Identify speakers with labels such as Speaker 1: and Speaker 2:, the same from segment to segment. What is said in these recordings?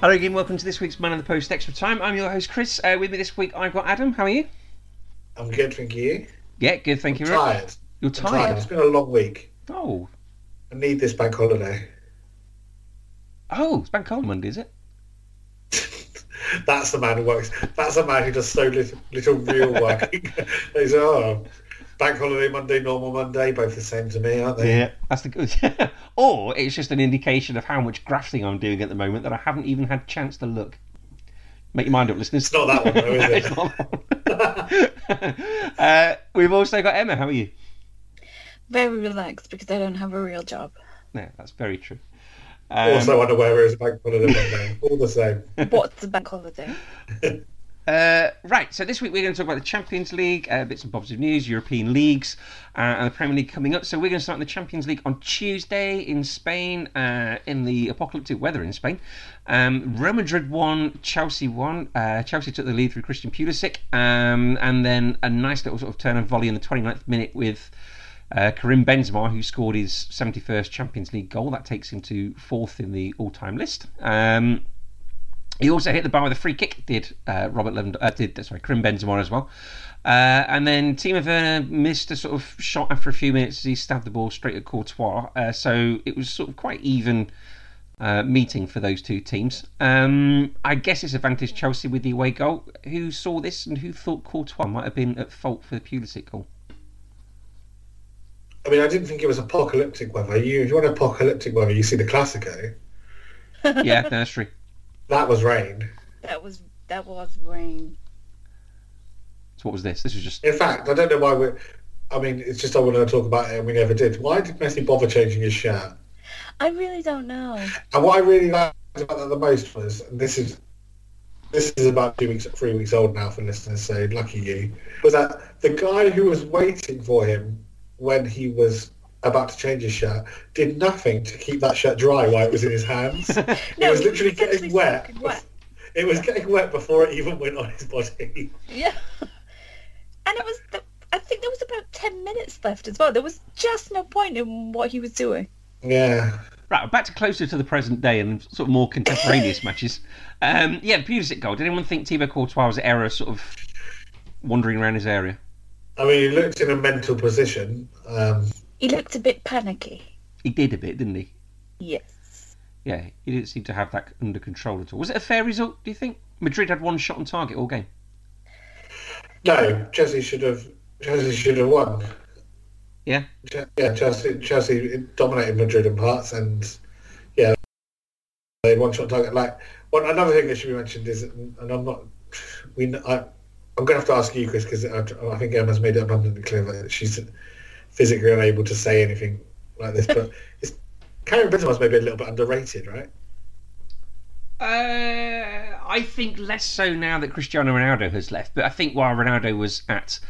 Speaker 1: Hello again, welcome to this week's Man on the Post Extra Time. I'm your host Chris. Uh, with me this week I've got Adam. How are you?
Speaker 2: I'm good, thank you.
Speaker 1: Yeah, good. Thank you. very much.
Speaker 2: Tired.
Speaker 1: You're
Speaker 2: I'm tired.
Speaker 1: tired.
Speaker 2: It's been a long week.
Speaker 1: Oh,
Speaker 2: I need this bank holiday.
Speaker 1: oh, it's Bank Holiday Monday, is it?
Speaker 2: That's the man who works. That's the man who does so little, little real work. He's oh, bank holiday Monday, normal Monday, both the same to me, aren't they?
Speaker 1: That's the good. or it's just an indication of how much grafting I'm doing at the moment that I haven't even had chance to look. Make your mind up, listeners.
Speaker 2: It's not that one, though, is it?
Speaker 1: It's not that one. uh, we've also got Emma. How are you?
Speaker 3: very relaxed because I don't have a real job.
Speaker 1: No, that's very true. Um,
Speaker 2: also unaware it is a bank holiday Monday. All the same.
Speaker 3: What's a bank holiday?
Speaker 1: Uh, right, so this week we're going to talk about the Champions League, uh, bits and bobs of news, European leagues, uh, and the Premier League coming up. So we're going to start in the Champions League on Tuesday in Spain, uh, in the apocalyptic weather in Spain. Um, Real Madrid won, Chelsea won. Uh, Chelsea took the lead through Christian Pulisic, um, and then a nice little sort of turn of volley in the 29th minute with uh, Karim Benzema, who scored his 71st Champions League goal. That takes him to fourth in the all-time list. Um, he also hit the bar with a free kick. Did uh, Robert Levand- uh, did sorry, Krim Benzema as well. Uh, and then Timo Werner missed a sort of shot after a few minutes as he stabbed the ball straight at Courtois. Uh, so it was sort of quite even uh, meeting for those two teams. Um, I guess it's advantage Chelsea with the away goal. Who saw this and who thought Courtois might have been at fault for the Pulisic goal?
Speaker 2: I mean, I didn't think it was apocalyptic weather. You, if you want apocalyptic weather, you see the Classico.
Speaker 1: Yeah, no, that's true.
Speaker 2: That was rain.
Speaker 3: That was that was rain.
Speaker 1: So what was this? This was just
Speaker 2: In fact, I don't know why we're... I mean, it's just I wanted to talk about it and we never did. Why did Messi bother changing his shirt?
Speaker 3: I really don't know.
Speaker 2: And what I really liked about that the most was, and this is this is about two weeks, three weeks old now for listeners, so lucky you, was that the guy who was waiting for him when he was about to change his shirt did nothing to keep that shirt dry while it was in his hands. it was
Speaker 3: he
Speaker 2: literally
Speaker 3: was actually
Speaker 2: getting wet.
Speaker 3: soaking wet.
Speaker 2: It was getting wet before it even went on his body.
Speaker 3: Yeah, and it was. The, I think there was about ten minutes left as well. There was just no point in what he was doing.
Speaker 2: Yeah.
Speaker 1: Right, back to closer to the present day and sort of more contemporaneous matches. Um, yeah, the Pulisic goal. Did anyone think Thibaut Courtois was error sort of wandering around his area?
Speaker 2: I mean, he looked in a mental position. Um,
Speaker 3: He looked a bit panicky.
Speaker 1: He did a bit, didn't he?
Speaker 3: Yes.
Speaker 1: Yeah, he didn't seem to have that under control at all. Was it a fair result, do you think? Madrid had one shot on target all game.
Speaker 2: no, Chelsea should have Chelsea should have won.
Speaker 1: Yeah.
Speaker 2: Che- yeah, Chelsea, Chelsea dominated Madrid in parts, and yeah, they one shot target. Like one, another thing that should be mentioned is, and I'm not, we, kn- I, I'm going to have to ask you, Chris, because I, I think Emma's made it abundantly clear that she's physically unable to say anything like this. But it's Karen Benzema's maybe a little bit underrated, right?
Speaker 1: Uh, I think less so now that Cristiano Ronaldo has left, but I think while Ronaldo was at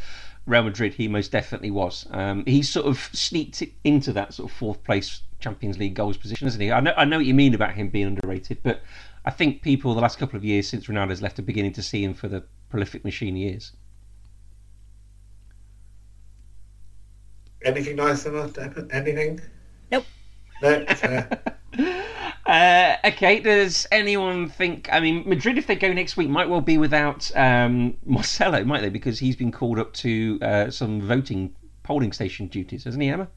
Speaker 1: Real Madrid, he most definitely was. Um, he sort of sneaked it into that sort of fourth place Champions League goals position, isn't he? I know, I know what you mean about him being underrated, but I think people the last couple of years since Ronaldo's left are beginning to see him for the prolific machine he is.
Speaker 2: Anything nice enough? Emma? Anything?
Speaker 3: Nope.
Speaker 2: No. Fair.
Speaker 1: Uh, okay, does anyone think? I mean, Madrid, if they go next week, might well be without um, Marcelo, might they? Because he's been called up to uh, some voting polling station duties, hasn't he, Emma?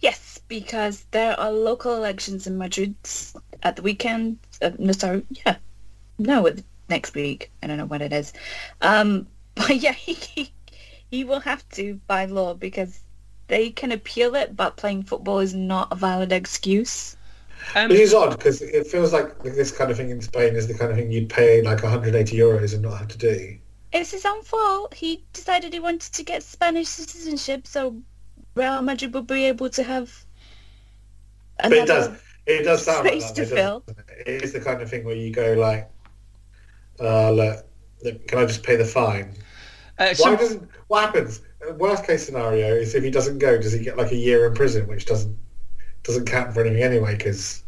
Speaker 3: Yes, because there are local elections in Madrid at the weekend. Uh, no, sorry, yeah, no, at- next week. I don't know when it is. Um, but yeah, he, he He will have to by law because they can appeal it, but playing football is not a valid excuse.
Speaker 1: Um,
Speaker 2: Which is odd because it feels like this kind of thing in Spain is the kind of thing you'd pay like 180 euros and not have to do.
Speaker 3: It's his own fault. He decided he wanted to get Spanish citizenship, so Real Madrid will be able to have.
Speaker 2: But it does. It does sound
Speaker 3: Space
Speaker 2: like
Speaker 3: to
Speaker 2: that, though, doesn't it? It is the kind of thing where you go like, uh, look, look, can I just pay the fine?
Speaker 1: uh,
Speaker 2: Why
Speaker 1: some-
Speaker 2: doesn't? What happens? Uh, Worst case scenario is if he doesn't go, does he get like a year in prison, which doesn't doesn't count for anything anyway? Because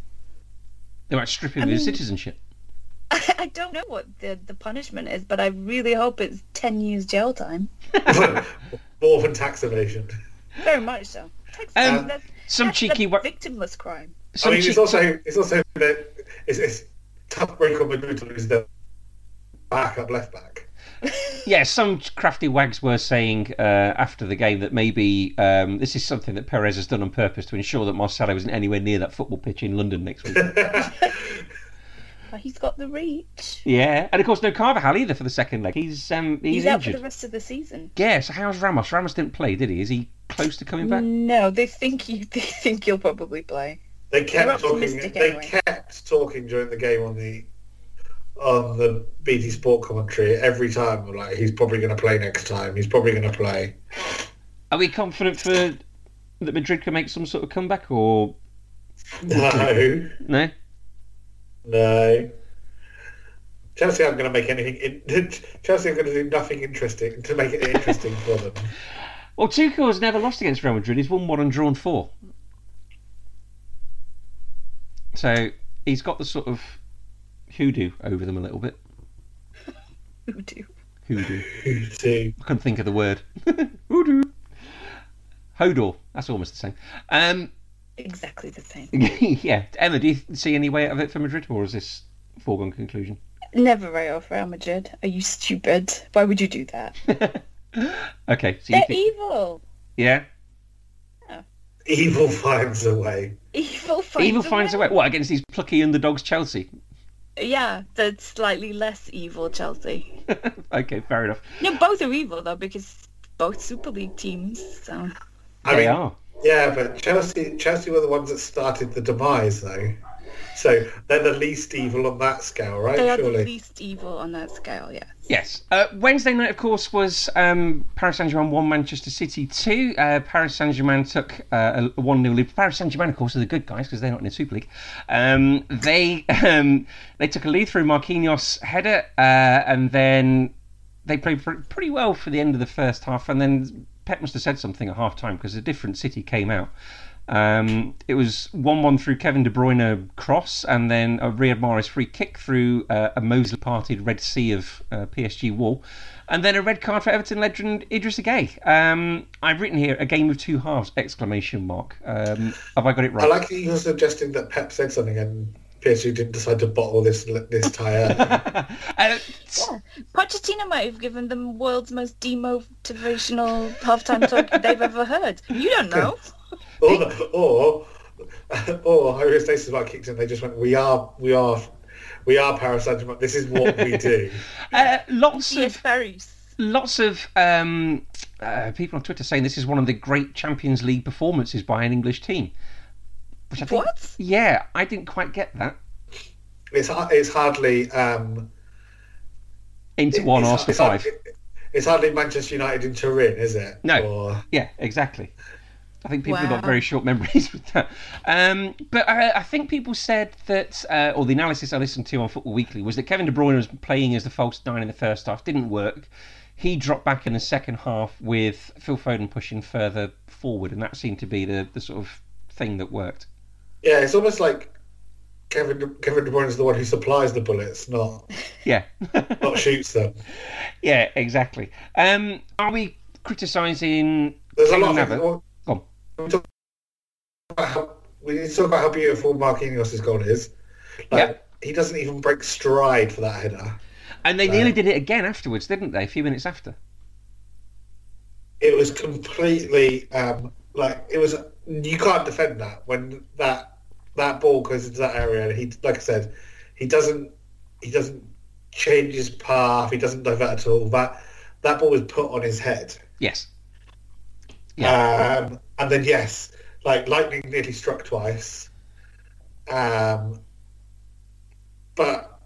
Speaker 1: they might strip him
Speaker 3: I
Speaker 1: of his
Speaker 3: mean-
Speaker 1: citizenship.
Speaker 3: I, I don't know what the the punishment is, but I really hope it's ten years jail time.
Speaker 2: more than tax evasion.
Speaker 3: Very much so. Tax-
Speaker 1: Um,
Speaker 3: that's-
Speaker 1: Some
Speaker 3: that's a
Speaker 1: cheeky, wa-
Speaker 3: victimless crime.
Speaker 1: some
Speaker 2: I mean,
Speaker 1: cheeky
Speaker 2: it's also it's also that it's, it's tough break on Madrid to lose their backup left back.
Speaker 1: Yeah, some crafty wags were saying uh, after the game that maybe um, this is something that Perez has done on purpose to ensure that Marcelo isn't anywhere near that football pitch in London next week.
Speaker 3: But he's got the reach.
Speaker 1: yeah, and of course no Carvajal either for the second leg. He's um, he's,
Speaker 3: out for
Speaker 1: injured.
Speaker 3: the rest of the season.
Speaker 1: Yeah, so how's Ramos? Ramos didn't play, did he? Is he close to coming back?
Speaker 3: No, they think he, they think he'll probably play.
Speaker 2: They
Speaker 3: They're
Speaker 2: kept talking.
Speaker 3: optimistic
Speaker 2: They
Speaker 3: anyway.
Speaker 2: kept talking during the game on the on the BT Sport commentary every time. Like he's probably going to play next time. He's probably going to play.
Speaker 1: Are we confident for that Madrid can make some sort of comeback or
Speaker 2: No,
Speaker 1: no?
Speaker 2: no. Chelsea aren't going to make anything. In, Chelsea are going to do nothing interesting to make it interesting for them.
Speaker 1: Well, Tuchel has never lost against Real Madrid. He's won one and drawn four. So he's got the sort of hoodoo over them a little bit.
Speaker 3: Who do?
Speaker 1: Hoodoo.
Speaker 2: So,
Speaker 1: I couldn't think of the word. hoodoo. Hodor. That's almost the same. Um,
Speaker 3: Exactly the same.
Speaker 1: yeah. Emma, do you see any way out of it for Madrid, or is this foregone conclusion?
Speaker 3: Never write off Real Madrid. Are you stupid? Why would you do that?
Speaker 1: Okay. So you
Speaker 3: They're
Speaker 1: think,
Speaker 3: evil.
Speaker 1: yeah.
Speaker 2: evil finds a way.
Speaker 3: Evil finds
Speaker 1: Evil finds a way. What against these plucky underdogs, Chelsea?
Speaker 3: Yeah, the slightly less evil Chelsea.
Speaker 1: okay, fair enough.
Speaker 3: No, both are evil though because both Super League teams. So
Speaker 2: I
Speaker 1: they
Speaker 2: mean,
Speaker 1: are.
Speaker 2: yeah, but Chelsea, Chelsea were the ones that started the demise, though. So they're the least evil on that scale, right?
Speaker 3: they are
Speaker 2: Surely.
Speaker 3: the least evil on that scale. Yes.
Speaker 1: Yes. Uh, Wednesday night, of course, was um, Paris Saint Germain 1, Manchester City 2. Uh, Paris Saint Germain took uh, a 1 0 lead. Paris Saint Germain, of course, are the good guys because they're not in the Super League. Um, they um, they took a lead through Marquinhos' header uh, and then they played pr- pretty well for the end of the first half. And then Pep must have said something at half time because a different City came out. Um, it was 1 1 through Kevin De Bruyne cross, and then a Riyad Mahrez free kick through uh, a Mosley parted Red Sea of uh, PSG wall, and then a red card for Everton legend Idris Gueye. Um, I've written here a game of two halves! Exclamation mark. Um, have I got it
Speaker 2: I
Speaker 1: right?
Speaker 2: like that you're suggesting that Pep said something and PSG didn't decide to bottle this this tie up.
Speaker 1: Uh,
Speaker 3: Pochettino might have given them the world's most demotivational halftime talk they've ever heard. You don't know.
Speaker 2: or, or, or Harry Stasis about kicked in. They just went, "We are, we are, we are Paris Saint Germain. This is what we do."
Speaker 1: uh, lots
Speaker 3: Yes,
Speaker 1: of
Speaker 3: Paris.
Speaker 1: lots of um, uh, people on Twitter saying this is one of the great Champions League performances by an English team. Which I think,
Speaker 3: What?
Speaker 1: Yeah, I didn't quite get that.
Speaker 2: it's har- it's hardly um,
Speaker 1: Into one
Speaker 2: it's,
Speaker 1: Arsenal
Speaker 2: it's
Speaker 1: five.
Speaker 2: hardly- It's hardly Manchester United in Turin, is it?
Speaker 1: No.
Speaker 2: Or,
Speaker 1: Yeah, exactly. I think people have got
Speaker 3: Wow.
Speaker 1: very short memories with that. Um, but I, I think people said that, uh, or the analysis I listened to on Football Weekly was that Kevin De Bruyne was playing as the false nine in the first half, didn't work. He dropped back in the second half with Phil Foden pushing further forward, and that seemed to be the, the sort of thing that worked.
Speaker 2: yeah, it's almost like Kevin De- Kevin De Bruyne is the one who supplies the bullets, not
Speaker 1: Yeah.
Speaker 2: not shoots them.
Speaker 1: yeah, exactly. Um, are we criticising.
Speaker 2: There's a
Speaker 1: Kevin
Speaker 2: lot.
Speaker 1: Navas?
Speaker 2: Of, well,
Speaker 1: Go on.
Speaker 2: we talk about how- we need to talk about how beautiful Marquinhos' goal is. Like,
Speaker 1: Yep.
Speaker 2: He doesn't even break stride for that header.
Speaker 1: And they nearly did it again afterwards, didn't they? A few minutes after.
Speaker 2: It was completely um, like it was. You can't defend that when that that ball goes into that area. And he, like I said, he doesn't he doesn't change his path. He doesn't divert at all. That that ball was put on his head.
Speaker 1: Yes.
Speaker 2: Um, and then yes, like lightning nearly struck twice. Um, but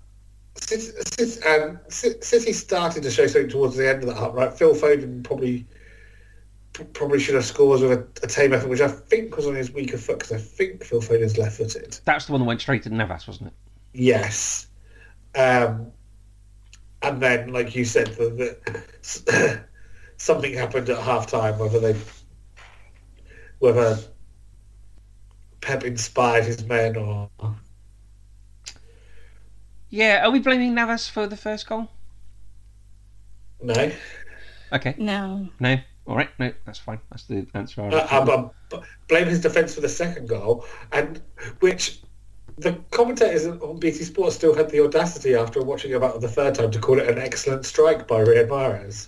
Speaker 2: since, since, um, since, since he started to show something towards the end of that half, right? Phil Foden probably p- probably should have scored with a, a tame effort, which I think was on his weaker foot because I think Phil Foden's left-footed.
Speaker 1: That's the one that went straight to Navas, wasn't it?
Speaker 2: Yes. Um, and then, like you said, the, the, something happened at half time, whether they, whether Pep inspired his men or...
Speaker 1: Yeah, are we blaming Navas for the first goal?
Speaker 2: No.
Speaker 1: Okay.
Speaker 3: No.
Speaker 1: No. All right. No, that's fine. That's the answer. I
Speaker 2: Uh,
Speaker 1: was-
Speaker 2: um, um, b- blame his defence for the second goal, and which the commentators on BT Sports still had the audacity after watching it about the third time to call it an excellent strike by Riyad Mahrez.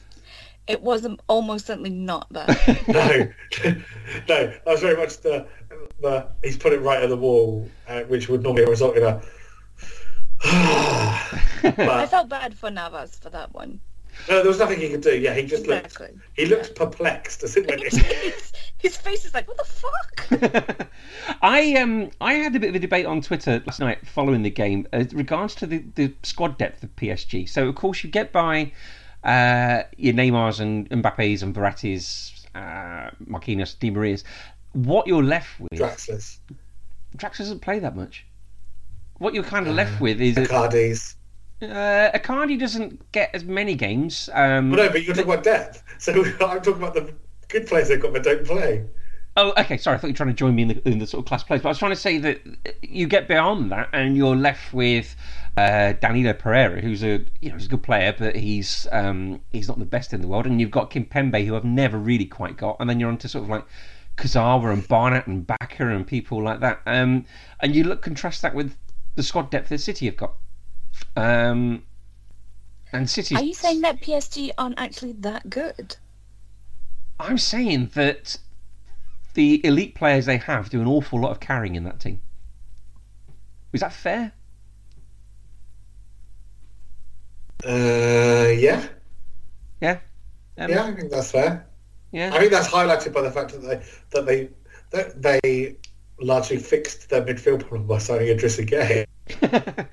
Speaker 3: It was um, almost certainly not that.
Speaker 2: No, no, that was very much the, the he's put it right at the wall, uh, which would normally result in a.
Speaker 3: I
Speaker 2: uh, but
Speaker 3: felt bad for Navas for that one.
Speaker 2: no, there was nothing he could do. Yeah, he just looked
Speaker 3: Exactly.
Speaker 2: he looked perplexed as it went in.
Speaker 3: his, his face is like, what the fuck?
Speaker 1: I um I had a bit of a debate on Twitter last night following the game uh, regards to the, the squad depth of PSG. So of course you get by uh, your Neymars and Mbappes and Verratti's, uh, Marquinhos, Di Maria's. What you're left with,
Speaker 2: Draxler's,
Speaker 1: Drax doesn't play that much. What you're kind of
Speaker 2: Uh,
Speaker 1: left with is that,
Speaker 2: Cardi's.
Speaker 1: uh, Icardi doesn't get as many games. Um,
Speaker 2: Well, no, but you're talking about depth. So I'm talking about the good players they've got but don't play.
Speaker 1: Oh, okay. Sorry, I thought you were trying to join me in the, in the sort of class plays, but I was trying to say that you get beyond that and you're left with uh, Danilo Pereira, who's a you know he's a good player, but he's um, he's not the best in the world, and you've got Kim Pembe, who I've never really quite got, and then you're onto sort of like Kazawa and Barnett and Backer and people like that, um, and you look contrast that with the squad depth that City have got, um, and City.
Speaker 3: Are you saying that PSG aren't actually that good?
Speaker 1: I'm saying that the elite players they have do an awful lot of carrying in that team. Is that fair?
Speaker 2: Uh, yeah,
Speaker 1: Yeah. Um,
Speaker 2: yeah, I think that's fair.
Speaker 1: Yeah.
Speaker 2: I think that's highlighted by the fact that they that they that they largely fixed their midfield problem by signing Idris again.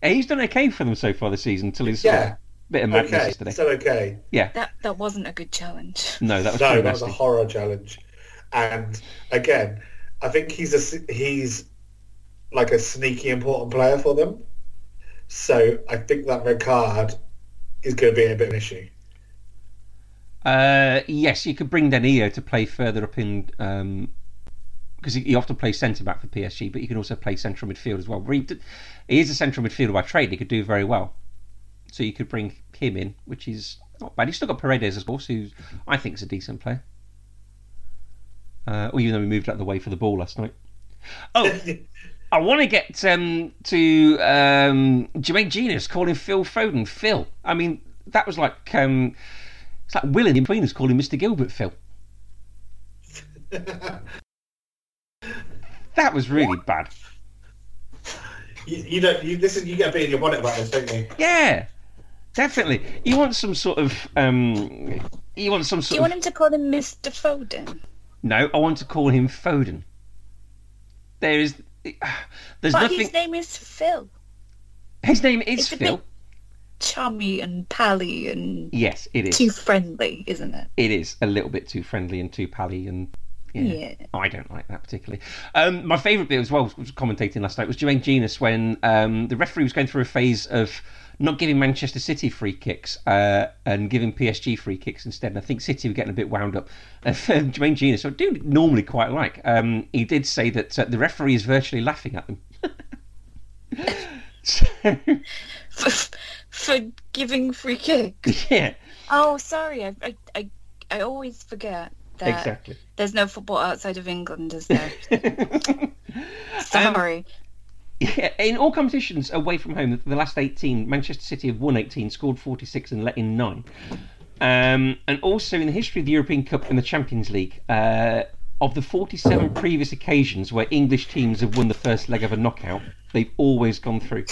Speaker 1: Hey, He's done okay for them so far this season until he's
Speaker 2: Yeah,
Speaker 1: bit of madness
Speaker 2: okay,
Speaker 1: yesterday.
Speaker 2: still okay.
Speaker 3: That that wasn't a good challenge.
Speaker 1: No, that was
Speaker 2: no,
Speaker 1: pretty
Speaker 2: that was a
Speaker 1: nasty.
Speaker 2: horror challenge. And again, I think he's a s- he's like a sneaky important player for them. So I think that red card is going to be a bit of an issue.
Speaker 1: Uh, yes, you could bring Danilo to play further up in because he, he often plays centre back for PSG, but he can also play central midfield as well. He, d- he is a central midfielder by trade; he could do very well. So you could bring him in, which is not bad. He's still got Paredes, of course, who I think is a decent player. Uh, well, even though we moved out of the way for the ball last night. Oh, I want to get um, to um, Jermaine Genius calling Phil Foden Phil. I mean, that was like um, it's like Will in between us calling Mr. Gilbert Phil. That was really bad.
Speaker 2: You, you don't. You, this is you get a bee in your bonnet about this, don't you?
Speaker 1: Yeah, definitely. You want some sort of um, you want some
Speaker 3: Do
Speaker 1: sort
Speaker 3: you
Speaker 1: of
Speaker 3: want him to call him Mr. Foden?
Speaker 1: no. I want to call him Foden. There is there's
Speaker 3: But
Speaker 1: nothing.
Speaker 3: his name is Phil.
Speaker 1: His name is
Speaker 3: it's a
Speaker 1: Phil.
Speaker 3: bit- Chummy and pally and
Speaker 1: Yes, it is.
Speaker 3: too friendly, isn't it?
Speaker 1: It is a little bit too friendly and too pally and yeah.
Speaker 3: Yeah.
Speaker 1: Oh, I don't like that particularly. Um, my favourite bit as well was commentating last night was Jermaine Genus when um, the referee was going through a phase of not giving Manchester City free kicks uh, and giving PSG free kicks instead. And I think City were getting a bit wound up. And Jermaine Genus, who I do normally quite like, um, he did say that uh, the referee is virtually laughing at them. so,
Speaker 3: For, for giving free kicks.
Speaker 1: yeah,
Speaker 3: Oh, sorry. I, I, I, I always forget that
Speaker 1: exactly.
Speaker 3: there's no football outside of England, is there? sorry.
Speaker 1: Yeah, in all competitions away from home, the last 18, Manchester City have won 18, scored 46, and let in nine. Um, and also in the history of the European Cup and the Champions League, uh, of the 47 previous occasions where English teams have won the first leg of a knockout, they've always gone through.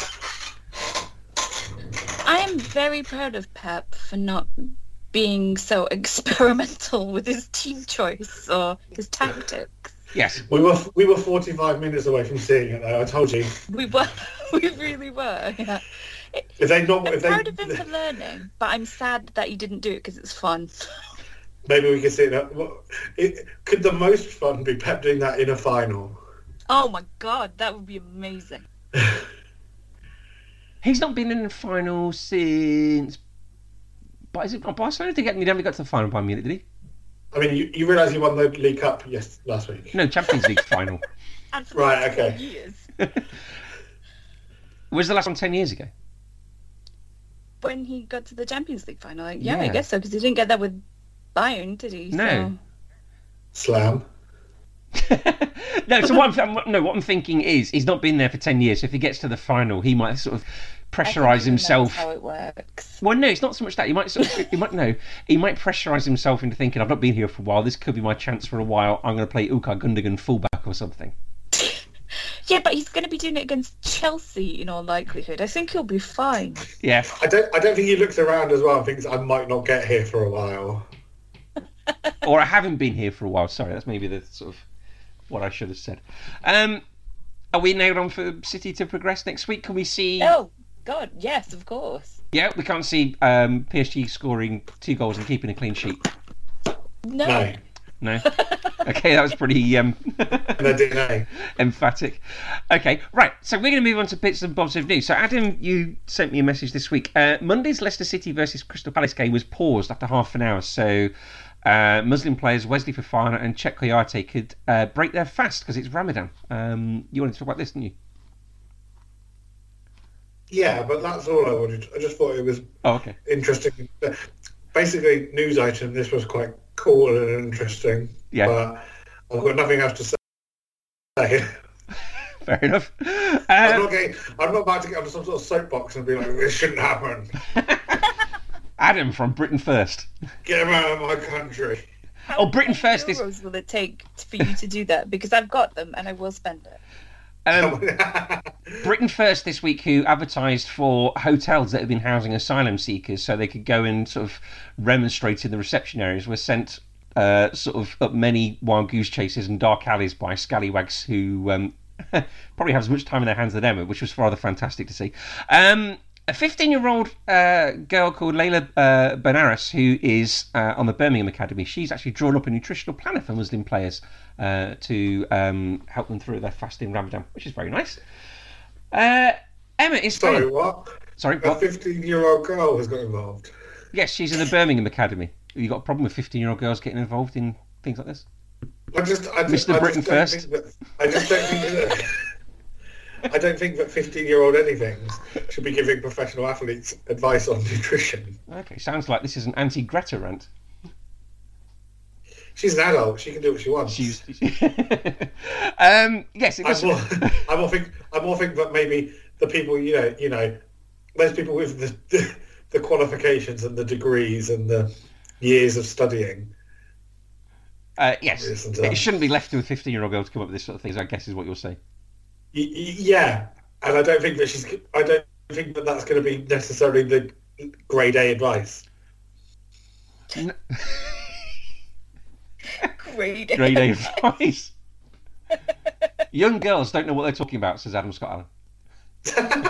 Speaker 3: I am very proud of Pep for not being so experimental with his team choice or his tactics.
Speaker 1: Yes.
Speaker 2: We were we were 45 minutes away from seeing it. Though. I told you.
Speaker 3: We were, we really were. Yeah.
Speaker 2: If they not,
Speaker 3: I'm
Speaker 2: if they,
Speaker 3: proud of him for learning, but I'm sad that he didn't do it because it's fun.
Speaker 2: maybe we could see that. What, it, could the most fun be Pep doing that in a final?
Speaker 3: Oh my god, that would be amazing.
Speaker 1: He's not been in the final since. But is it not Barcelona? Did he, get, he never got to the final by Munich, did he?
Speaker 2: I mean, you, you realise he won the League Cup yes last week.
Speaker 1: No, Champions League final.
Speaker 3: And for the
Speaker 2: Right,
Speaker 3: last four
Speaker 2: okay.
Speaker 3: years,
Speaker 1: Was the last one 10 years ago?
Speaker 3: when he got to the Champions League final, like, yeah, I
Speaker 1: Yeah.
Speaker 3: guess so because he didn't get that with Bayern, did he?
Speaker 1: No.
Speaker 2: Slam.
Speaker 1: no, so what I'm, I'm- no, what I'm thinking is he's not been there for 10 years. So if he gets to the final, he might sort of
Speaker 3: I think
Speaker 1: pressurize
Speaker 3: he knows
Speaker 1: himself.
Speaker 3: How it works.
Speaker 1: Well, no, it's not so much that. He might sort of, he might no, he might pressurize himself into thinking I've not been here for a while. This could be my chance for a while. I'm going to play Ukar Gundogan fullback or something.
Speaker 3: Yeah, but he's going to be doing it against Chelsea in all likelihood. I think he'll be fine.
Speaker 1: Yeah.
Speaker 2: I don't. I don't think he looks around as well and thinks I might not get here for a while.
Speaker 1: or I haven't been here for a while. Sorry, that's maybe the sort of what I should have said. Um, are we nailed on for City to progress next week? Can we see?
Speaker 3: Oh God, yes, of course.
Speaker 1: Yeah, we can't see um, PSG scoring two goals and keeping a clean sheet.
Speaker 3: No,
Speaker 2: No,
Speaker 1: No. okay, that was pretty um,
Speaker 2: in their DNA.
Speaker 1: emphatic. Okay, right. So we're going to move on to bits and bobs of news. So Adam, you sent me a message this week. Uh, Monday's Leicester City versus Crystal Palace game was paused after half an hour. So. Uh, Muslim players Wesley Fofana and Chet Koyate could uh, break their fast because it's Ramadan. Um, you wanted to talk about this, didn't you?
Speaker 2: Yeah, but that's all I wanted. I just thought it was
Speaker 1: Oh, okay.
Speaker 2: interesting. Basically, news item. This was quite cool and interesting.
Speaker 1: Yeah.
Speaker 2: But I've got nothing else to say.
Speaker 1: Fair enough.
Speaker 2: I'm
Speaker 1: Um,
Speaker 2: not getting. I'm not about to get onto some sort of soapbox and be like, "This shouldn't happen.
Speaker 1: Adam from Britain First.
Speaker 2: Get him out of my country."
Speaker 3: How
Speaker 1: Oh, Britain
Speaker 3: many
Speaker 1: First is.
Speaker 3: euros will it take for you to do that? Because I've got them and I will spend it.
Speaker 1: Um, Britain First this week, who advertised for hotels that have been housing asylum seekers so they could go and sort of remonstrate in the reception areas, were sent uh, sort of up many wild goose chases and dark alleys by scallywags who um, probably have as much time in their hands than ever, which was rather fantastic to see. Um, a 15 year old uh, girl called Layla uh, Benares, who is uh, on the Birmingham Academy, she's actually drawn up a nutritional planner for Muslim players uh, to um, help them through their fasting Ramadan, which is very nice. Uh, Emma is
Speaker 2: Sorry, what?
Speaker 1: Sorry,
Speaker 2: A
Speaker 1: what?
Speaker 2: 15-year-old girl has got involved.
Speaker 1: Yes, she's in the Birmingham Academy. You got a problem with 15 year old girls getting involved in things like this?
Speaker 2: I just, I just,
Speaker 1: Mr.
Speaker 2: I
Speaker 1: Britain first.
Speaker 2: just don't think that- I just don't think that. I don't think that 15-year-old anything should be giving professional athletes advice on nutrition.
Speaker 1: Okay, sounds like this is an anti Greta rant.
Speaker 2: She's an adult. She can do what she wants.
Speaker 1: She's. um, yes, it
Speaker 2: I
Speaker 1: was.
Speaker 2: more, I more think, I more think that maybe the people, you know, you know, those people with the, the, the qualifications and the degrees and the years of studying.
Speaker 1: Uh, yes,
Speaker 2: Listen to
Speaker 1: it
Speaker 2: that.
Speaker 1: shouldn't be left to a 15 year old girl to come up with this sort of things, I guess is what you're saying.
Speaker 2: Y- y- yeah, and I don't think that she's. I don't think that that's going to be necessarily the grade A advice.
Speaker 3: Great.
Speaker 1: Grade A advice. Young girls don't know what they're talking about, says Adam Scott Allen.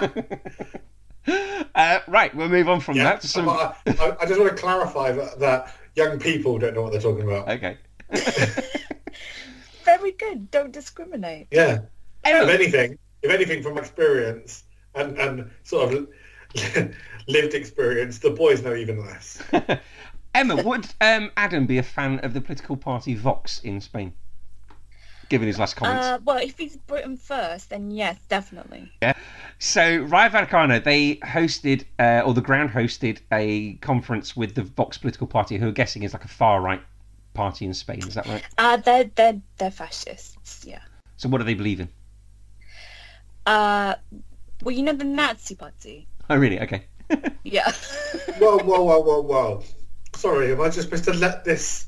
Speaker 1: uh, right, we'll move on from that to some.
Speaker 2: I, uh, I, I just want to clarify that, that young people don't know what they're talking about.
Speaker 1: Okay.
Speaker 3: Very good. Don't discriminate.
Speaker 2: yeah. If
Speaker 1: Emma,
Speaker 2: anything, if anything, from experience and, and sort of lived experience, the boys know even less.
Speaker 1: Emma would um, Adam be a fan of the political party Vox in Spain? Given his last comments.
Speaker 3: Uh, well, if he's Britain first, then yes, definitely.
Speaker 1: So Rai Vallecano, they hosted, uh, or the ground hosted, a conference with the Vox political party, who are guessing is like a far right party in Spain. Is that right?
Speaker 3: Uh, they're they're they're fascists. Yeah.
Speaker 1: So what do they believe in?
Speaker 3: Uh, well, you know the Nazi Party.
Speaker 1: Oh, really? Okay.
Speaker 3: Yeah.
Speaker 2: Whoa, whoa, whoa, whoa, whoa. Sorry, am I just supposed to let this...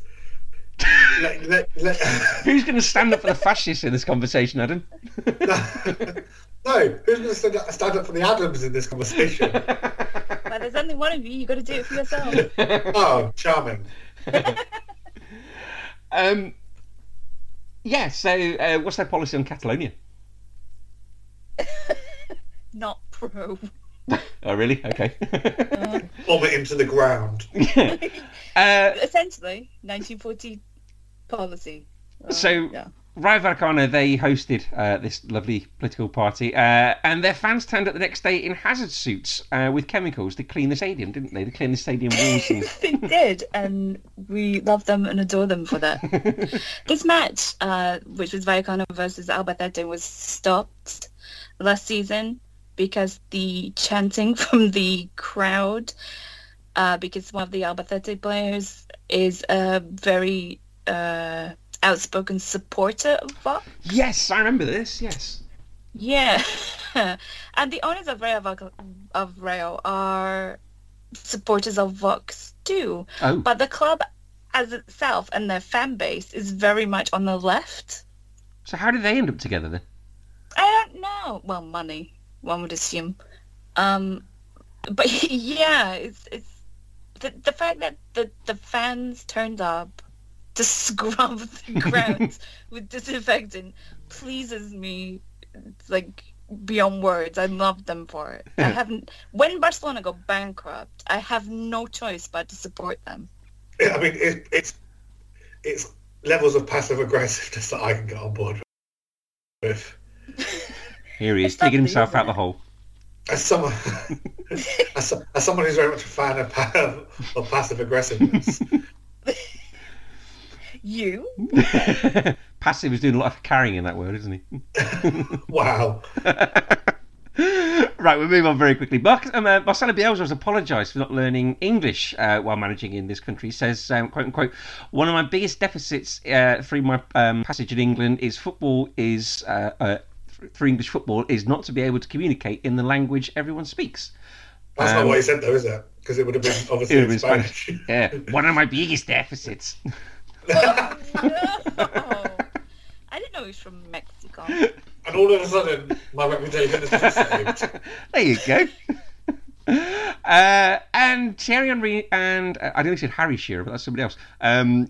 Speaker 2: Let, let, let...
Speaker 1: Who's going to stand up for the fascists in this conversation, Adam?
Speaker 2: no, who's going to stand up for the Adams in this conversation?
Speaker 3: Whether There's only one of you. You got to do it for yourself.
Speaker 2: Oh, charming.
Speaker 1: Um, yeah, so uh, what's their policy on Catalonia?
Speaker 3: Not pro.
Speaker 1: Oh, really? Okay.
Speaker 2: Bomb it into the ground.
Speaker 1: uh,
Speaker 3: Essentially, 1940 policy. Uh,
Speaker 1: So-
Speaker 3: yeah.
Speaker 1: Rai Varkana, they hosted uh, this lovely political party, uh, and their fans turned up the next day in hazard suits uh, with chemicals to clean the stadium, didn't they? To clean the stadium walls. And...
Speaker 3: they did, and we love them and adore them for that. this match, uh, which was Vallecano versus Albacete, was stopped last season because the chanting from the crowd, uh, because one of the Albacete players is a very uh, outspoken supporter of Vox.
Speaker 1: yes, I remember this. Yes.
Speaker 3: Yeah, and the owners of Rail Voc- of Rail are supporters of Vox too,
Speaker 1: Oh,
Speaker 3: but the club as itself and their fan base is very much on the left.
Speaker 1: so how did they end up together then?
Speaker 3: I don't know. Well, money, one would assume. Um, but yeah, it's it's the the fact that the the fans turned up to scrub the grounds with disinfectant pleases me It's like beyond words. I love them for it. I haven't when Barcelona go bankrupt, I have no choice but to support them.
Speaker 2: I mean, it, it's it's levels of passive aggressiveness that I can get on board with.
Speaker 1: Here he is,
Speaker 3: It's lovely,
Speaker 1: digging himself
Speaker 3: isn't
Speaker 1: out the
Speaker 3: it?
Speaker 1: hole.
Speaker 2: As someone, as, so- as someone who's very much a fan of, pa- of passive aggressiveness,
Speaker 3: You?
Speaker 1: Passive is doing a lot of carrying in that word, isn't he?
Speaker 2: wow.
Speaker 1: right, we'll move on very quickly. Mark, um, uh, Marcelo Bielsa has apologised for not learning English uh, while managing in this country. He says, um, quote unquote, one of my biggest deficits uh, through my um, passage in England is football is, uh, uh, th- through English football, is not to be able to communicate in the language everyone speaks.
Speaker 2: That's
Speaker 1: Um,
Speaker 2: not what he said, though, is it? Because it would have been obviously
Speaker 1: It would
Speaker 2: in
Speaker 1: be Spanish.
Speaker 2: Spanish.
Speaker 1: Yeah, one of my biggest deficits.
Speaker 3: Oh, no. I didn't know he was from Mexico.
Speaker 2: and all of a sudden, my reputation is just saved.
Speaker 1: there you go. Uh, and Thierry Henry and uh, I nearly said Harry Shearer, but that's somebody else. Um,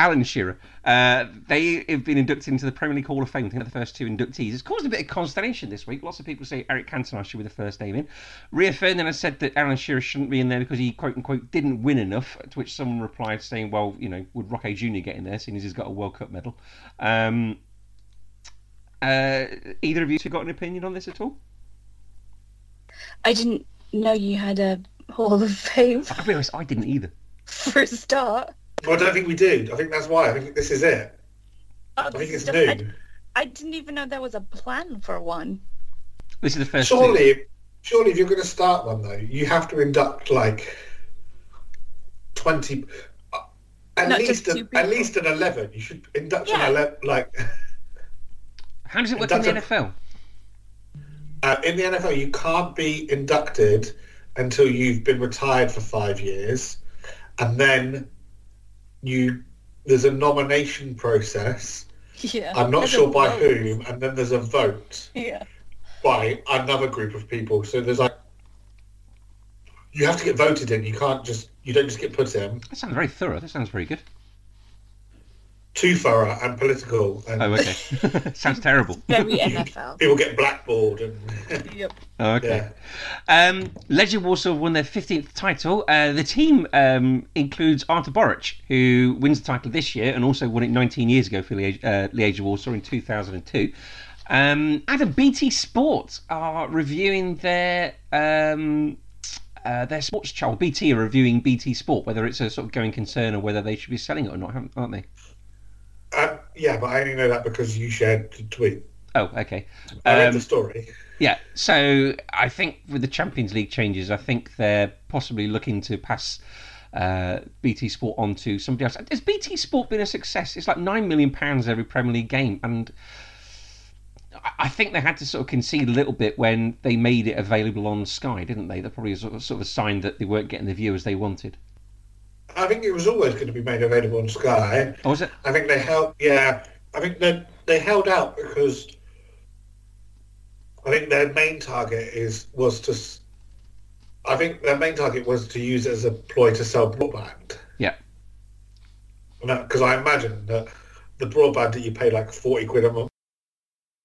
Speaker 1: Alan Shearer. Uh, they have been inducted into the Premier League Hall of Fame. I think they're the first two inductees. It's caused a bit of consternation this week. Lots of people say Eric Cantona should be the first name in. Ria Ferdinand has said that Alan Shearer shouldn't be in there because he quote unquote didn't win enough. To which someone replied saying, "Well, you know, would Roque Junior get in there seeing as he's got a World Cup medal?" Um, uh, either of you two got an opinion on this at all?
Speaker 3: I didn't know you had a Hall of Fame
Speaker 1: I'll be honest, I didn't either.
Speaker 3: for a start.
Speaker 2: Well, I don't think we do. I think that's why. I think this is it.
Speaker 3: Oh,
Speaker 2: I think
Speaker 3: this
Speaker 2: it's
Speaker 3: is just-
Speaker 2: new.
Speaker 3: I, I didn't even know there was a plan for one.
Speaker 1: This is the first. two.
Speaker 2: Surely, surely, if you're going to start one though, you have to induct like twenty, uh, at
Speaker 3: Not just
Speaker 2: least
Speaker 3: two
Speaker 2: an,
Speaker 3: people.
Speaker 2: at least an eleven. You should induct
Speaker 3: Yeah.
Speaker 2: an eleven. Like
Speaker 1: How does it work in the
Speaker 2: That's a-
Speaker 1: NFL?
Speaker 2: uh, in the NFL, you can't be inducted until you've been retired for five years, and then you there's a nomination process.
Speaker 3: Yeah.
Speaker 2: I'm not
Speaker 3: There's a
Speaker 2: sure by
Speaker 3: vote.
Speaker 2: whom, and then there's a vote.
Speaker 3: Yeah.
Speaker 2: by another group of people. So there's like you have to get voted in. You can't just you don't just get put in.
Speaker 1: That sounds very thorough. That sounds very good.
Speaker 2: Too thorough and political, and
Speaker 1: Oh, okay. sounds terrible.
Speaker 3: Very NFL.
Speaker 2: people get blackballed. And
Speaker 3: Yep.
Speaker 1: Oh, okay.
Speaker 2: yeah,
Speaker 1: Um, Legia Warsaw won their 15th title. Uh, the team um, includes Artur Boric, who wins the title this year and also won it 19 years ago for Liege, uh, Legia Warsaw in 2002. Um, Adam BT Sport are reviewing their um, uh, their sports channel. BT are reviewing BT Sport, whether it's a sort of going concern or whether they should be selling it or not, haven't- aren't they?
Speaker 2: uh, yeah, but I only know that because you shared the tweet.
Speaker 1: Oh, okay.
Speaker 2: I read the
Speaker 1: Um,
Speaker 2: story.
Speaker 1: yeah, so I think with the Champions League changes, I think they're possibly looking to pass uh, BT Sport on to somebody else. Has BT Sport been a success? It's like nine million pounds every Premier League game, and I- I think they had to sort of concede a little bit when they made it available on Sky, didn't they? That probably is sort of, sort of a sign that they weren't getting the viewers they wanted.
Speaker 2: I think it was always going to be made available on Sky.
Speaker 1: Or Oh, was it?
Speaker 2: I think they held. Yeah, I think they they held out because I think their main target is was to s- I think their main target was to use it as a ploy to sell broadband.
Speaker 1: Yeah.
Speaker 2: Because I imagine that the broadband that you pay like 40 quid a month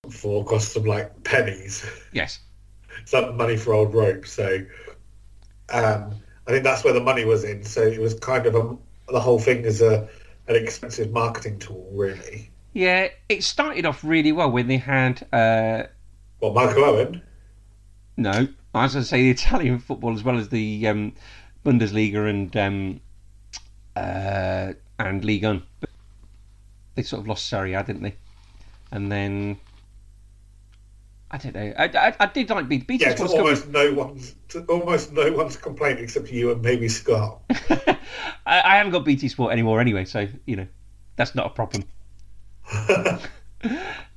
Speaker 2: for costs them like pennies.
Speaker 1: Yes.
Speaker 2: some money for old rope. So um, I think that's where the money was in. So it was kind of a, the whole thing is a an expensive marketing tool, really.
Speaker 1: Yeah, it started off really well when they had uh,
Speaker 2: Well, Michael Owen,
Speaker 1: no, I was going to say the Italian football as well as the um, Bundesliga and um, uh, and League One. But they sort of lost Serie A, didn't they? And then I don't know. I, I, I did like beat
Speaker 2: yeah,
Speaker 1: Beatles.
Speaker 2: to almost no one's to almost no one's complaint except you and maybe Scott.
Speaker 1: I, I haven't got BT Sport anymore anyway, so you know that's not a problem.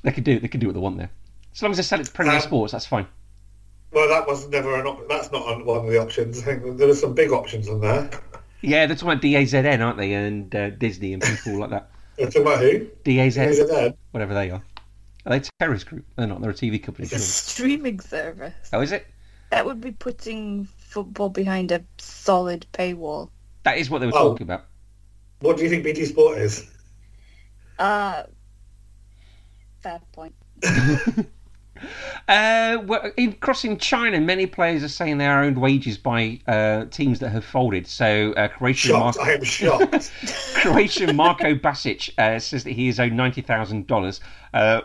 Speaker 1: They can do they can do what they want there, as long as they sell it to Premier
Speaker 2: Um,
Speaker 1: Sports. That's fine.
Speaker 2: well, that was never an op- that's not one of the options. I think there were some big options in there.
Speaker 1: Yeah, they're talking about DAZN, aren't they? And uh, Disney and people like that.
Speaker 2: You're talking about who?
Speaker 1: DAZ,
Speaker 2: Who's it then?
Speaker 1: whatever they are. Are they a terrorist group? They're not. They're a TV company. surely.
Speaker 3: Streaming service.
Speaker 1: Oh, is it?
Speaker 3: That would be putting football behind a solid paywall.
Speaker 1: That is what they were
Speaker 2: Oh.
Speaker 1: talking about.
Speaker 2: What do you think BT Sport is?
Speaker 3: Uh, fair point.
Speaker 1: Uh, well, in crossing China, many players are saying they are owned wages by uh, teams that have folded. So uh, Croatian
Speaker 2: Shocked.
Speaker 1: Mar-
Speaker 2: I am shocked.
Speaker 1: Croatian Marco Basic uh, says that he is owed ninety thousand uh, dollars,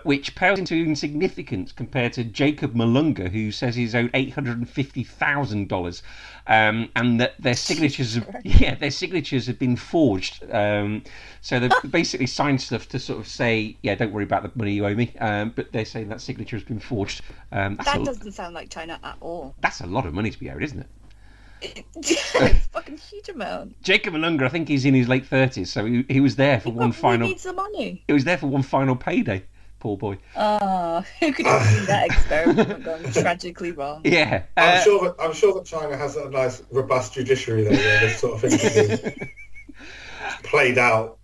Speaker 1: which pales into insignificance compared to Jacob Malunga, who says he's owed eight hundred and fifty thousand dollars, um, and that their signatures, yeah, their signatures have been forged. Um, so they have basically signed stuff to sort of say, yeah, don't worry about the money you owe me, um, but they're saying that signature has been forged. Um, that's,
Speaker 3: That
Speaker 1: a,
Speaker 3: doesn't sound like China at all.
Speaker 1: that's a lot of money to be owed, isn't it?
Speaker 3: it's a fucking huge amount.
Speaker 1: Jacob Malunga, I think he's in his late thirties, so he, he was there for one
Speaker 3: Probably
Speaker 1: final.
Speaker 3: needs the money.
Speaker 1: He was there for one final payday. Poor boy.
Speaker 3: Oh, who could have seen that experiment gone tragically wrong?
Speaker 1: Yeah.
Speaker 2: I'm
Speaker 1: uh,
Speaker 2: sure that I'm sure that China has a nice robust judiciary there where this sort of thing can be played out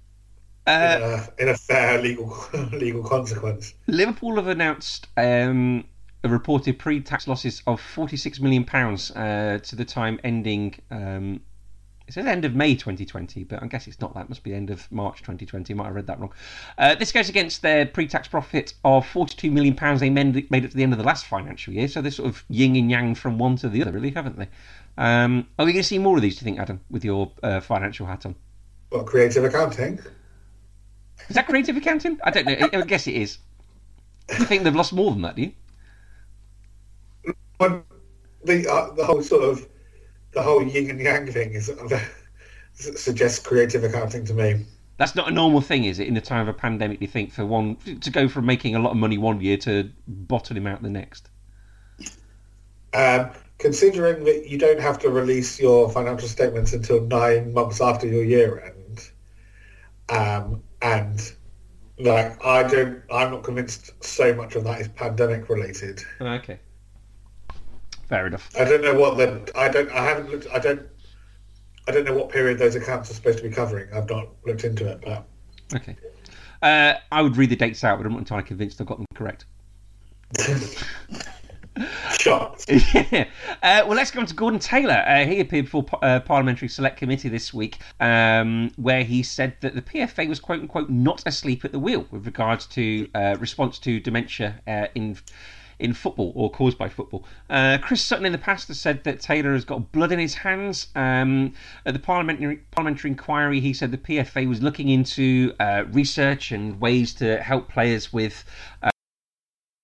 Speaker 1: uh,
Speaker 2: in, a, in a fair legal legal consequence.
Speaker 1: Liverpool have announced um, a reported pre-tax losses of 46 million pounds uh, to the time ending. Um, it says end of May 2020, but I guess it's not that. It must be end of March 2020. Might have read that wrong. Uh, this goes against their pre-tax profit of 42 million pounds they mend- made at the end of the last financial year. So they're sort of yin and yang from one to the other, really, haven't they? Um, are we going to see more of these? Do you think, Adam, with your uh, financial hat on?
Speaker 2: What creative accounting?
Speaker 1: Is that creative accounting? I don't know. I I guess it is. You think they've lost more than that, do you?
Speaker 2: When the uh, the whole sort of the whole yin and yang thing is uh, suggests creative accounting to me.
Speaker 1: That's not a normal thing, is it? In the time of a pandemic, you think for one to go from making a lot of money one year to bottoming out the next.
Speaker 2: Um, considering that you don't have to release your financial statements until nine months after your year end, um, and like I don't, I'm not convinced so much of that is pandemic related.
Speaker 1: Okay. Fair enough.
Speaker 2: I don't know what the I don't I haven't looked I don't I don't know what period those accounts are supposed to be covering. I've not looked into it, but
Speaker 1: Okay. Uh, I would read the dates out, but I'm not entirely convinced I've got them correct.
Speaker 2: shocked.
Speaker 1: yeah. Uh, well, let's go on to Gordon Taylor. Uh, he appeared before par- uh, Parliamentary Select Committee this week, um, where he said that the PFA was "quote unquote" not asleep at the wheel with regards to uh, response to dementia uh, in in football or caused by football. Uh, Chris Sutton in the past has said that Taylor has got blood in his hands. Um, at the parliamentary parliamentary inquiry, he said the PFA was looking into uh, research and ways to help players with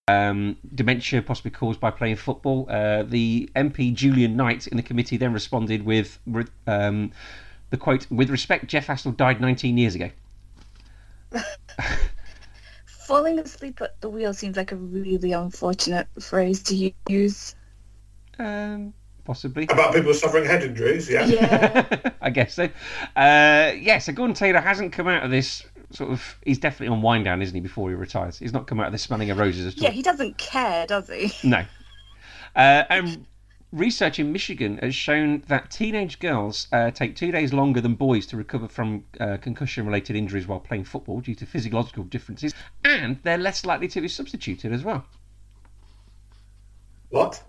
Speaker 1: um, dementia possibly caused by playing football. Uh, the MP Julian Knight in the committee then responded with with, um, the quote, "With respect, Jeff Astle died 19 years ago."
Speaker 3: Falling asleep at the wheel seems like a really unfortunate phrase to use.
Speaker 1: Um, possibly.
Speaker 2: About people suffering head injuries, yeah.
Speaker 3: Yeah.
Speaker 1: I guess so. Uh, yeah, so Gordon Taylor hasn't come out of this sort of. He's definitely on wind down, isn't he? Before he retires, he's not come out of this smelling of roses at all.
Speaker 3: yeah, he doesn't care, does he?
Speaker 1: No. Uh, and research in Michigan has shown that teenage girls uh, take two days longer than boys to recover from uh, concussion related injuries while playing football due to physiological differences, and they're less likely to be substituted as well.
Speaker 2: What?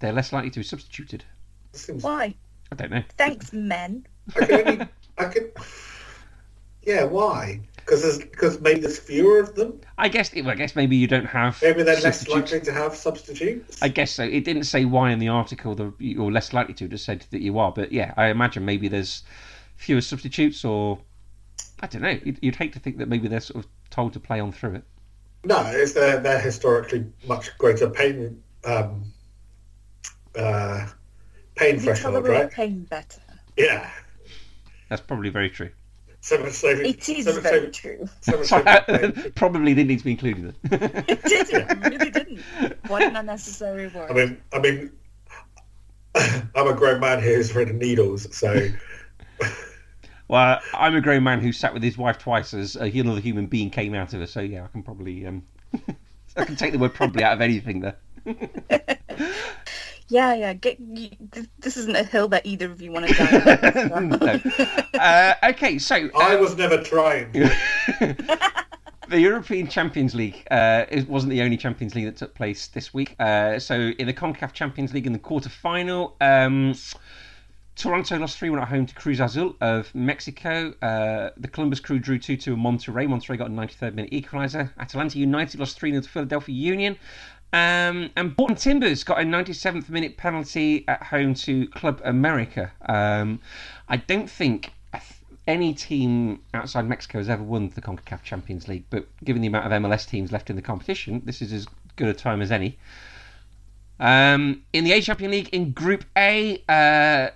Speaker 1: they're less likely to be substituted.
Speaker 2: Seems,
Speaker 3: Why?
Speaker 1: I don't know.
Speaker 3: Thanks, men.
Speaker 2: I can only, I can, yeah, why? Because because maybe there's fewer of them.
Speaker 1: I guess well, I guess maybe you don't have
Speaker 2: Maybe they're less
Speaker 1: substitutes.
Speaker 2: likely to have substitutes.
Speaker 1: I guess so. It didn't say why in the article that you're less likely to. It just said that you are. But yeah, I imagine maybe there's fewer substitutes, or I don't know. You'd, you'd hate to think that maybe they're sort of told to play on through it.
Speaker 2: No, it's their, their historically much greater pain um, uh, pain
Speaker 3: You
Speaker 2: threshold,
Speaker 3: tolerate
Speaker 2: right?
Speaker 3: pain better.
Speaker 2: Yeah.
Speaker 1: That's probably very true.
Speaker 2: So much so,
Speaker 3: It is
Speaker 2: so much
Speaker 3: very
Speaker 2: so,
Speaker 3: true.
Speaker 2: so much
Speaker 1: Sorry,
Speaker 2: so
Speaker 1: probably didn't need to be included. Then.
Speaker 3: It didn't. It really didn't. What an unnecessary word.
Speaker 2: I mean, I mean, I'm a grown man here who's read needles, so
Speaker 1: well, I'm a grown man who sat with his wife twice as a another human being came out of her. So yeah, I can probably um, I can take the word probably out of anything there.
Speaker 3: yeah, yeah. Get, you, th- this isn't a hill that either of you want to die on. so.
Speaker 1: no. Uh, okay, so
Speaker 2: I was never trying.
Speaker 1: The European Champions League uh, it wasn't the only Champions League that took place this week. Uh, so in the CONCACAF Champions League in the quarter-final, um, Toronto lost 3-1 at home to Cruz Azul of Mexico. Uh, the Columbus Crew drew 2-2 in Monterrey. Monterrey got a 93rd-minute equaliser. Atalanta United lost 3-0 to Philadelphia Union. Um, and Borton Timbers got a 97th minute penalty at home to Club America. Um, I don't think any team outside Mexico has ever won the CONCACAF Champions League, but given the amount of MLS teams left in the competition, this is as good a time as any. Um, in the A Champion League in Group A, uh,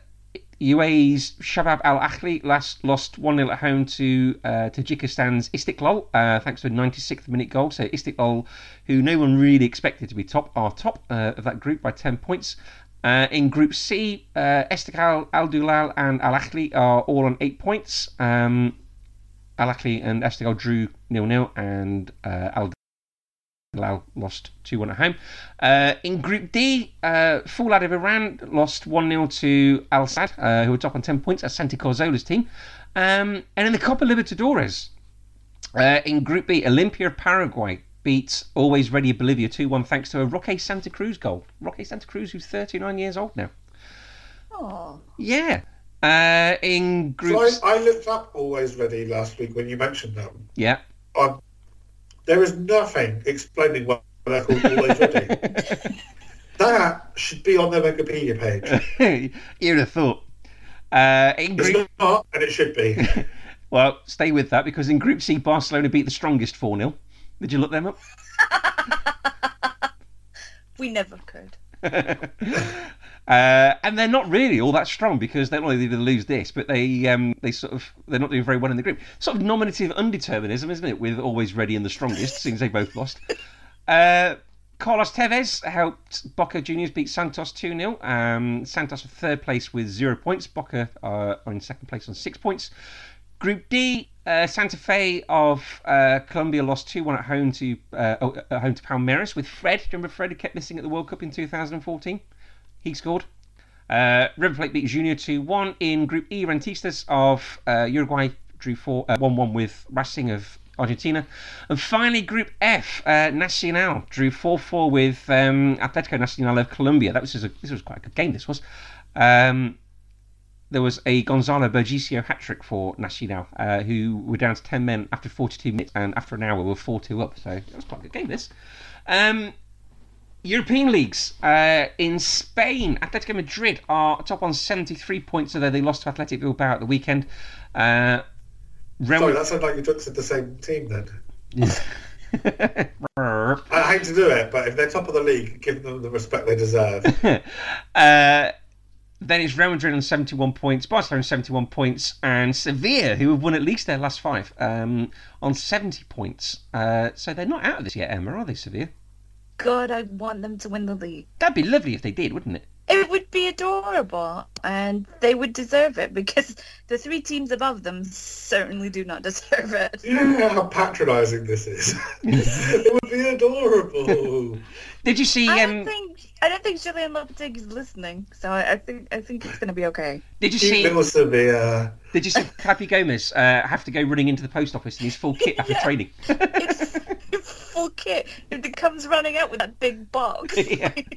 Speaker 1: UAE's Shabab Al Ahly last lost 1 0 at home to uh, Tajikistan's Istiklal, uh, thanks to a 96th minute goal. So Istiklal, who no one really expected to be top, are top uh, of that group by 10 points. Uh, in Group C, uh, Esteghlal, Al Dulal, and Al Ahly are all on 8 points. Um, Al Ahly and Esteghlal drew 0 0, and uh, Al Hilal lost 2 1 at home. Uh, in Group D, uh, Fulad of Iran lost 1 0 to Al Sad, uh, who were top on 10 points, as Santi Corzola's team. Um, and in the Copa Libertadores, uh, in Group B, Olympia of Paraguay beats Always Ready Bolivia 2 1 thanks to a Roque Santa Cruz goal. Roque Santa Cruz, who's 39 years old now.
Speaker 3: Oh,
Speaker 1: Yeah. Uh, in
Speaker 2: So
Speaker 1: Group
Speaker 2: I,
Speaker 1: C-
Speaker 2: I looked up Always Ready last week when you mentioned them.
Speaker 1: Yeah.
Speaker 2: Um, there is nothing explaining why they're called Always Ready. That should be on their Wikipedia page.
Speaker 1: You'd have thought. Uh, in Group
Speaker 2: It's not, and it should be.
Speaker 1: Well, stay with that because in Group C, Barcelona beat the strongest 4 0. Did you look them up?
Speaker 3: we never could.
Speaker 1: Uh, and they're not really all that strong because they're not only going to lose this, but they um, they sort of they're not doing very well in the group. Sort of nominative undeterminism, isn't it? With always ready and the strongest, since they both lost. Uh, Carlos Tevez helped Boca Juniors beat Santos 2 0. Um, Santos are third place with zero points. Boca are, are in second place on six points. Group D, uh, Santa Fe of uh, Colombia lost 2 1 at home to uh, oh, at home to Palmeiras with Fred. Do you remember Fred who kept missing at the World Cup in 2014? He scored. Uh, River Plate beat Junior 2 1. In Group E, Rentistas of uh, Uruguay drew 4 1 1 with Racing of Argentina. And finally, Group F, uh, Nacional drew 4 4 with um, Atletico Nacional of Colombia. That was just a, this was quite a good game, this was. Um, there was a Gonzalo Bergicio hat trick for Nacional, uh, who were down to 10 men after 42 minutes and after an hour were 4 2 up. So that was quite a good game, this. Um, European leagues. Uh, in Spain, Atletico Madrid are top on 73 points, although they lost to Athletic Bilbao at the weekend. Uh, Real
Speaker 2: Sorry, that sounds like you took to the same team then.
Speaker 1: Brrr.
Speaker 2: I hate to do it, but if they're top of the league, give them the respect they deserve.
Speaker 1: Uh, then it's Real Madrid on 71 points, Barcelona on 71 points, and Sevilla, who have won at least their last five, um, on 70 points. Uh, so they're not out of this yet, Emma, are they, Sevilla?
Speaker 3: God, I want them to win the league.
Speaker 1: That'd be lovely if they did, wouldn't it?
Speaker 3: It would be adorable, and they would deserve it because the three teams above them certainly do not deserve it.
Speaker 2: Do you know how patronising this is? it would be adorable.
Speaker 1: Did you see?
Speaker 3: I
Speaker 1: Um,
Speaker 3: don't think I don't think Julian Lopetegui is listening, so I, I think I think it's going to be okay.
Speaker 1: did you
Speaker 2: Cute
Speaker 1: see?
Speaker 2: little Sevilla.
Speaker 1: Did you see Happy Gomez uh, have to go running into the post office in his full kit after
Speaker 3: Yeah.
Speaker 1: training?
Speaker 3: It's full kit. If it comes running out with that big box,
Speaker 1: Yeah.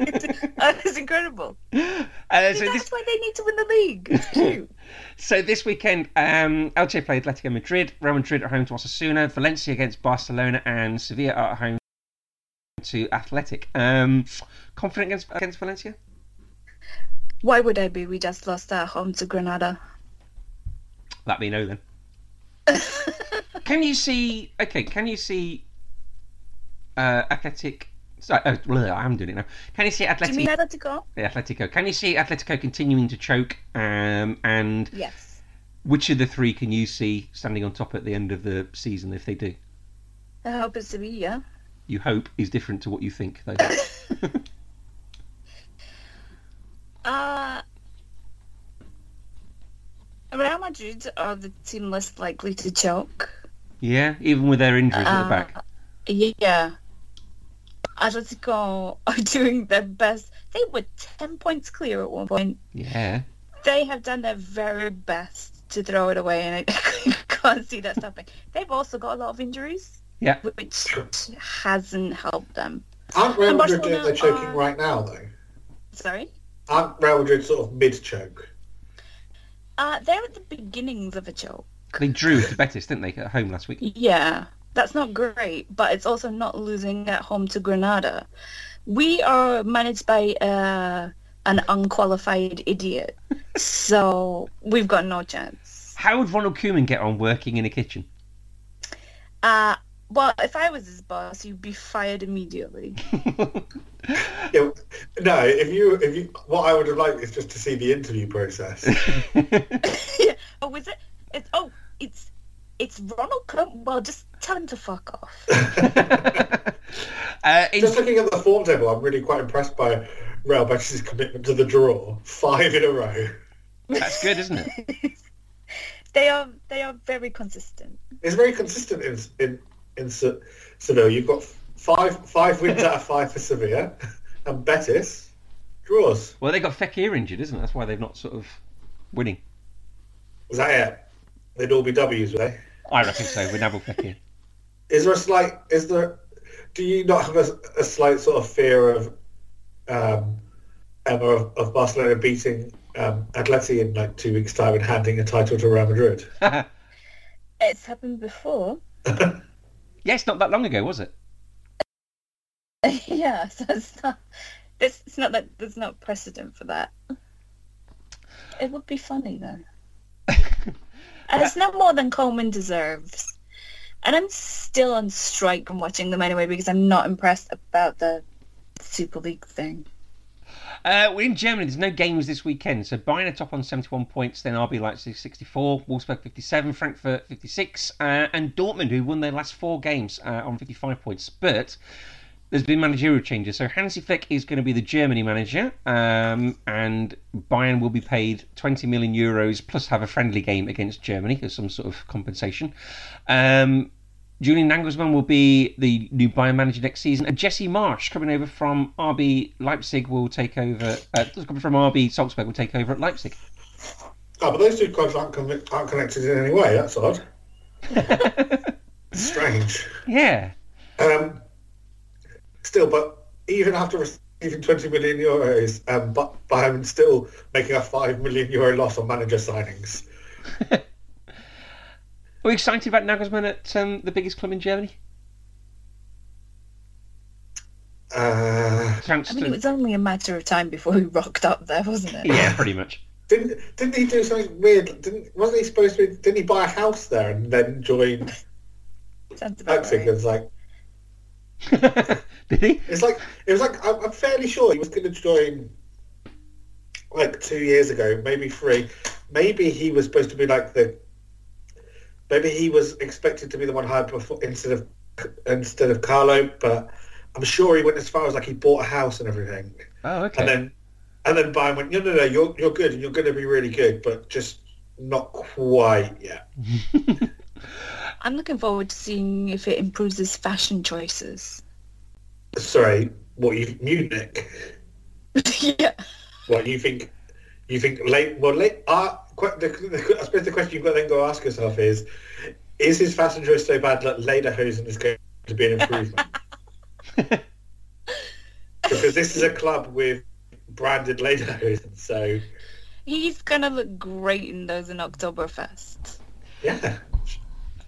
Speaker 3: that is incredible.
Speaker 1: Uh, so
Speaker 3: that's
Speaker 1: this
Speaker 3: why they need to win the league. It's cute.
Speaker 1: so this weekend, um, Elche play Atletico Madrid, Real Madrid at home to Osasuna, Valencia against Barcelona, and Sevilla are at home to Athletic. Um, confident against against Valencia?
Speaker 3: why would I be? We just lost our home to Granada.
Speaker 1: That be no then. can you see? Okay, can you see? Uh, Athletic. Sorry, oh, bleh, I am doing it now. Can you see
Speaker 3: Do you mean
Speaker 1: Atletico?
Speaker 3: Atletico?
Speaker 1: Atletico. Can you see Atletico continuing to choke? Um, and
Speaker 3: Yes.
Speaker 1: which of the three can you see standing on top at the end of the season if they do?
Speaker 3: I hope it's Sevilla.
Speaker 1: You hope is different to what you think, though.
Speaker 3: Uh, Real Madrid are the team least likely to choke.
Speaker 1: yeah, even with their injuries at the
Speaker 3: Uh,
Speaker 1: back.
Speaker 3: Yeah. Atletico are oh, doing their best. They were 10 points clear at one point.
Speaker 1: Yeah.
Speaker 3: They have done their very best to throw it away, and I can't see that stopping. They've also got a lot of injuries,
Speaker 1: Yeah.
Speaker 3: which hasn't helped them.
Speaker 2: Aren't Real
Speaker 3: And
Speaker 2: Madrid doing
Speaker 3: Barcelona
Speaker 2: their choking
Speaker 3: are-
Speaker 2: right now though?
Speaker 3: Sorry?
Speaker 2: Aren't Real Madrid sort of mid choke?
Speaker 3: Uh, they're at the beginnings of a choke.
Speaker 1: They drew to Betis, didn't they, at home last week?
Speaker 3: Yeah, that's not great, but it's also not losing at home to Granada. We are managed by uh, an unqualified idiot, so we've got no chance.
Speaker 1: How would Ronald Koeman get on working in a kitchen?
Speaker 3: Uh, well, if I was his boss, you'd be fired immediately.
Speaker 1: Uh,
Speaker 2: Yeah, no, if you if you what I would have liked is just to see the interview process.
Speaker 3: oh, is it? It's oh, it's it's Ronald Cohn. Well, just tell him to fuck off.
Speaker 1: uh, in-
Speaker 2: Just looking at the form table, I'm really quite impressed by Real Betis' commitment to the draw. Five in a row.
Speaker 1: that's good, isn't it?
Speaker 3: They are they are very consistent.
Speaker 2: It's very consistent in in in Se- Seville. You've got five five wins out of five for Sevilla, and Betis draws.
Speaker 1: Well, they got Fekir injured, isn't it? That's why they've not sort of winning.
Speaker 2: Was that it? They'd all be W's, would they?
Speaker 1: I reckon so, with Nabil Fekir.
Speaker 2: Is there a slight? Is there? Do you not have a, a slight sort of fear of um, Emma of, of Barcelona beating um, Atleti in like two weeks' time and handing a title to Real Madrid?
Speaker 3: It's happened before.
Speaker 1: Yes, not that long ago, was it?
Speaker 3: yeah, so it's not. It's, it's not that there's no precedent for that. It would be funny though. and it's not more than Coleman deserves. And I'm still on strike from watching them anyway because I'm not impressed about the Super League thing.
Speaker 1: Uh, we're in Germany. There's no games this weekend. So Bayern are top on 71 points. Then RB Leipzig 64, Wolfsburg 57, Frankfurt 56, uh, and Dortmund, who won their last four games uh, on 55 points. But there's been managerial changes. So Hansi Flick is going to be the Germany manager, um, and Bayern will be paid 20 million euros plus have a friendly game against Germany as some sort of compensation. Um, Julian Nagelsmann will be the new Bayern manager next season, and Jesse Marsh coming over from RB Leipzig will take over. Uh, coming from RB Salzburg will take over at Leipzig.
Speaker 2: Oh, but those two clubs aren't, con- aren't connected in any way. That's odd. Strange.
Speaker 1: Yeah,
Speaker 2: Um, still, but even after receiving 20 million euros, um, but Bayern still making a 5 million euro loss on manager signings.
Speaker 1: are we excited about Nagelsmann at um, the biggest club in Germany?
Speaker 2: Uh,
Speaker 1: Chance
Speaker 3: I mean,
Speaker 1: to-
Speaker 3: it was only a matter of time before we rocked up there, wasn't it?
Speaker 1: Yeah, pretty much.
Speaker 2: didn't didn't he do something weird? Didn't wasn't he supposed to? Be, didn't he buy a house there and then join
Speaker 3: Sounds about
Speaker 2: Leipzig?
Speaker 3: right.
Speaker 2: It's like
Speaker 1: Did he?
Speaker 2: it's like it was like I'm, I'm fairly sure he was going to join like two years ago, maybe three. Maybe he was supposed to be like the. Maybe he was expected to be the one hired before instead of instead of Carlo, but I'm sure he went as far as like he bought a house and everything.
Speaker 1: Oh, okay.
Speaker 2: And then and then Bayern went, no, no, no, you're you're good and you're going to be really good, but just not quite yet.
Speaker 3: I'm looking forward to seeing if it improves his fashion choices.
Speaker 2: Sorry, what you Munich?
Speaker 3: yeah.
Speaker 2: What you think? You think late? Well, late. Uh, que- the, the, I suppose the question you've got to then go ask yourself is: Is his fashion choice so bad that lederhosen is going to be an improvement? because this is a club with branded ladies, so
Speaker 3: He's gonna look great in those in Oktoberfest.
Speaker 2: yeah.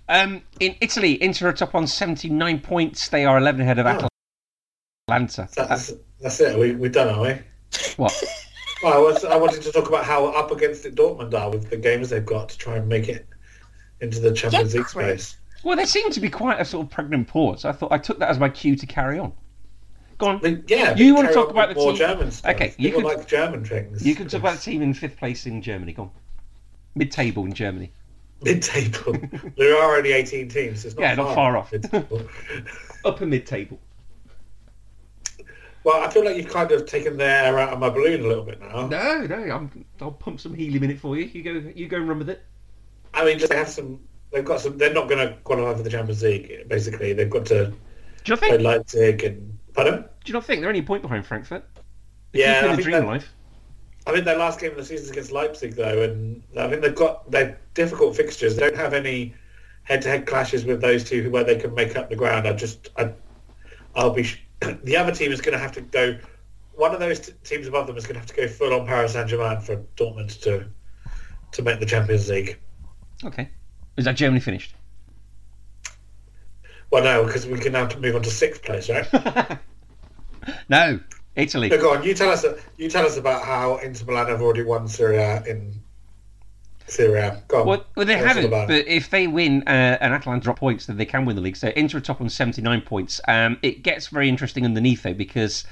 Speaker 1: Um, in Italy, Inter are top on 79 points. They are 11 ahead of
Speaker 2: Oh.
Speaker 1: Atalanta.
Speaker 2: That's that's it. We we done, are we?
Speaker 1: What?
Speaker 2: Well, I was I wanted to talk about how up against it Dortmund are with the games they've got to try and make it into the Champions
Speaker 3: Yeah,
Speaker 2: League
Speaker 3: great.
Speaker 2: space.
Speaker 1: Well, they seem to be quite a sort of pregnant pause. I thought I took that as my cue to carry on. Go on.
Speaker 2: I mean, yeah,
Speaker 1: You
Speaker 2: but
Speaker 1: wanna
Speaker 2: carry
Speaker 1: talk
Speaker 2: on
Speaker 1: about
Speaker 2: with
Speaker 1: the
Speaker 2: more
Speaker 1: team-
Speaker 2: German stuff.
Speaker 1: Okay, you
Speaker 2: you
Speaker 1: could-
Speaker 2: like German things.
Speaker 1: You can talk about the team in fifth place in Germany. Go on. Mid table in Germany.
Speaker 2: mid-table. there are only eighteen teams. So it's not
Speaker 1: Yeah,
Speaker 2: far
Speaker 1: not far off.
Speaker 2: mid-table.
Speaker 1: Upper mid table.
Speaker 2: well, I feel like you've kind of taken the air out of my balloon a little bit now.
Speaker 1: No, no, I'm, I'll pump some helium in it for you. You go, you go and run with it.
Speaker 2: I mean, they have some. They've got some. They're not going to qualify for the Champions League. Basically, they've got to
Speaker 1: Do you not
Speaker 2: play
Speaker 1: think?
Speaker 2: Leipzig and pardon.
Speaker 1: Do you not think they're only a point behind Frankfurt?
Speaker 2: Yeah,
Speaker 1: Keeping the
Speaker 2: I think
Speaker 1: dream
Speaker 2: that-
Speaker 1: life.
Speaker 2: I think their last game of the season is against Leipzig though, and I think they've got their difficult fixtures. They don't have any head-to-head clashes with those two who- where they can make up the ground. I just, I, I'll be. Sh- the other team is going to have to go. One of those t- teams above them is going to have to go full on Paris Saint-Germain for Dortmund to to make the Champions League.
Speaker 1: Okay. Is that Germany finished?
Speaker 2: Well, no, because we can now move on to sixth place, right?
Speaker 1: No, Italy.
Speaker 2: No, go on. You tell us. You tell us about how Inter Milan have already won Syria in Syria. Go on.
Speaker 1: Well, well they
Speaker 2: Tell us all
Speaker 1: haven't.
Speaker 2: about it.
Speaker 1: But if they win uh, and Atalanta drop points, then they can win the league. So Inter are top on seventy-nine points. Um, it gets very interesting underneath though because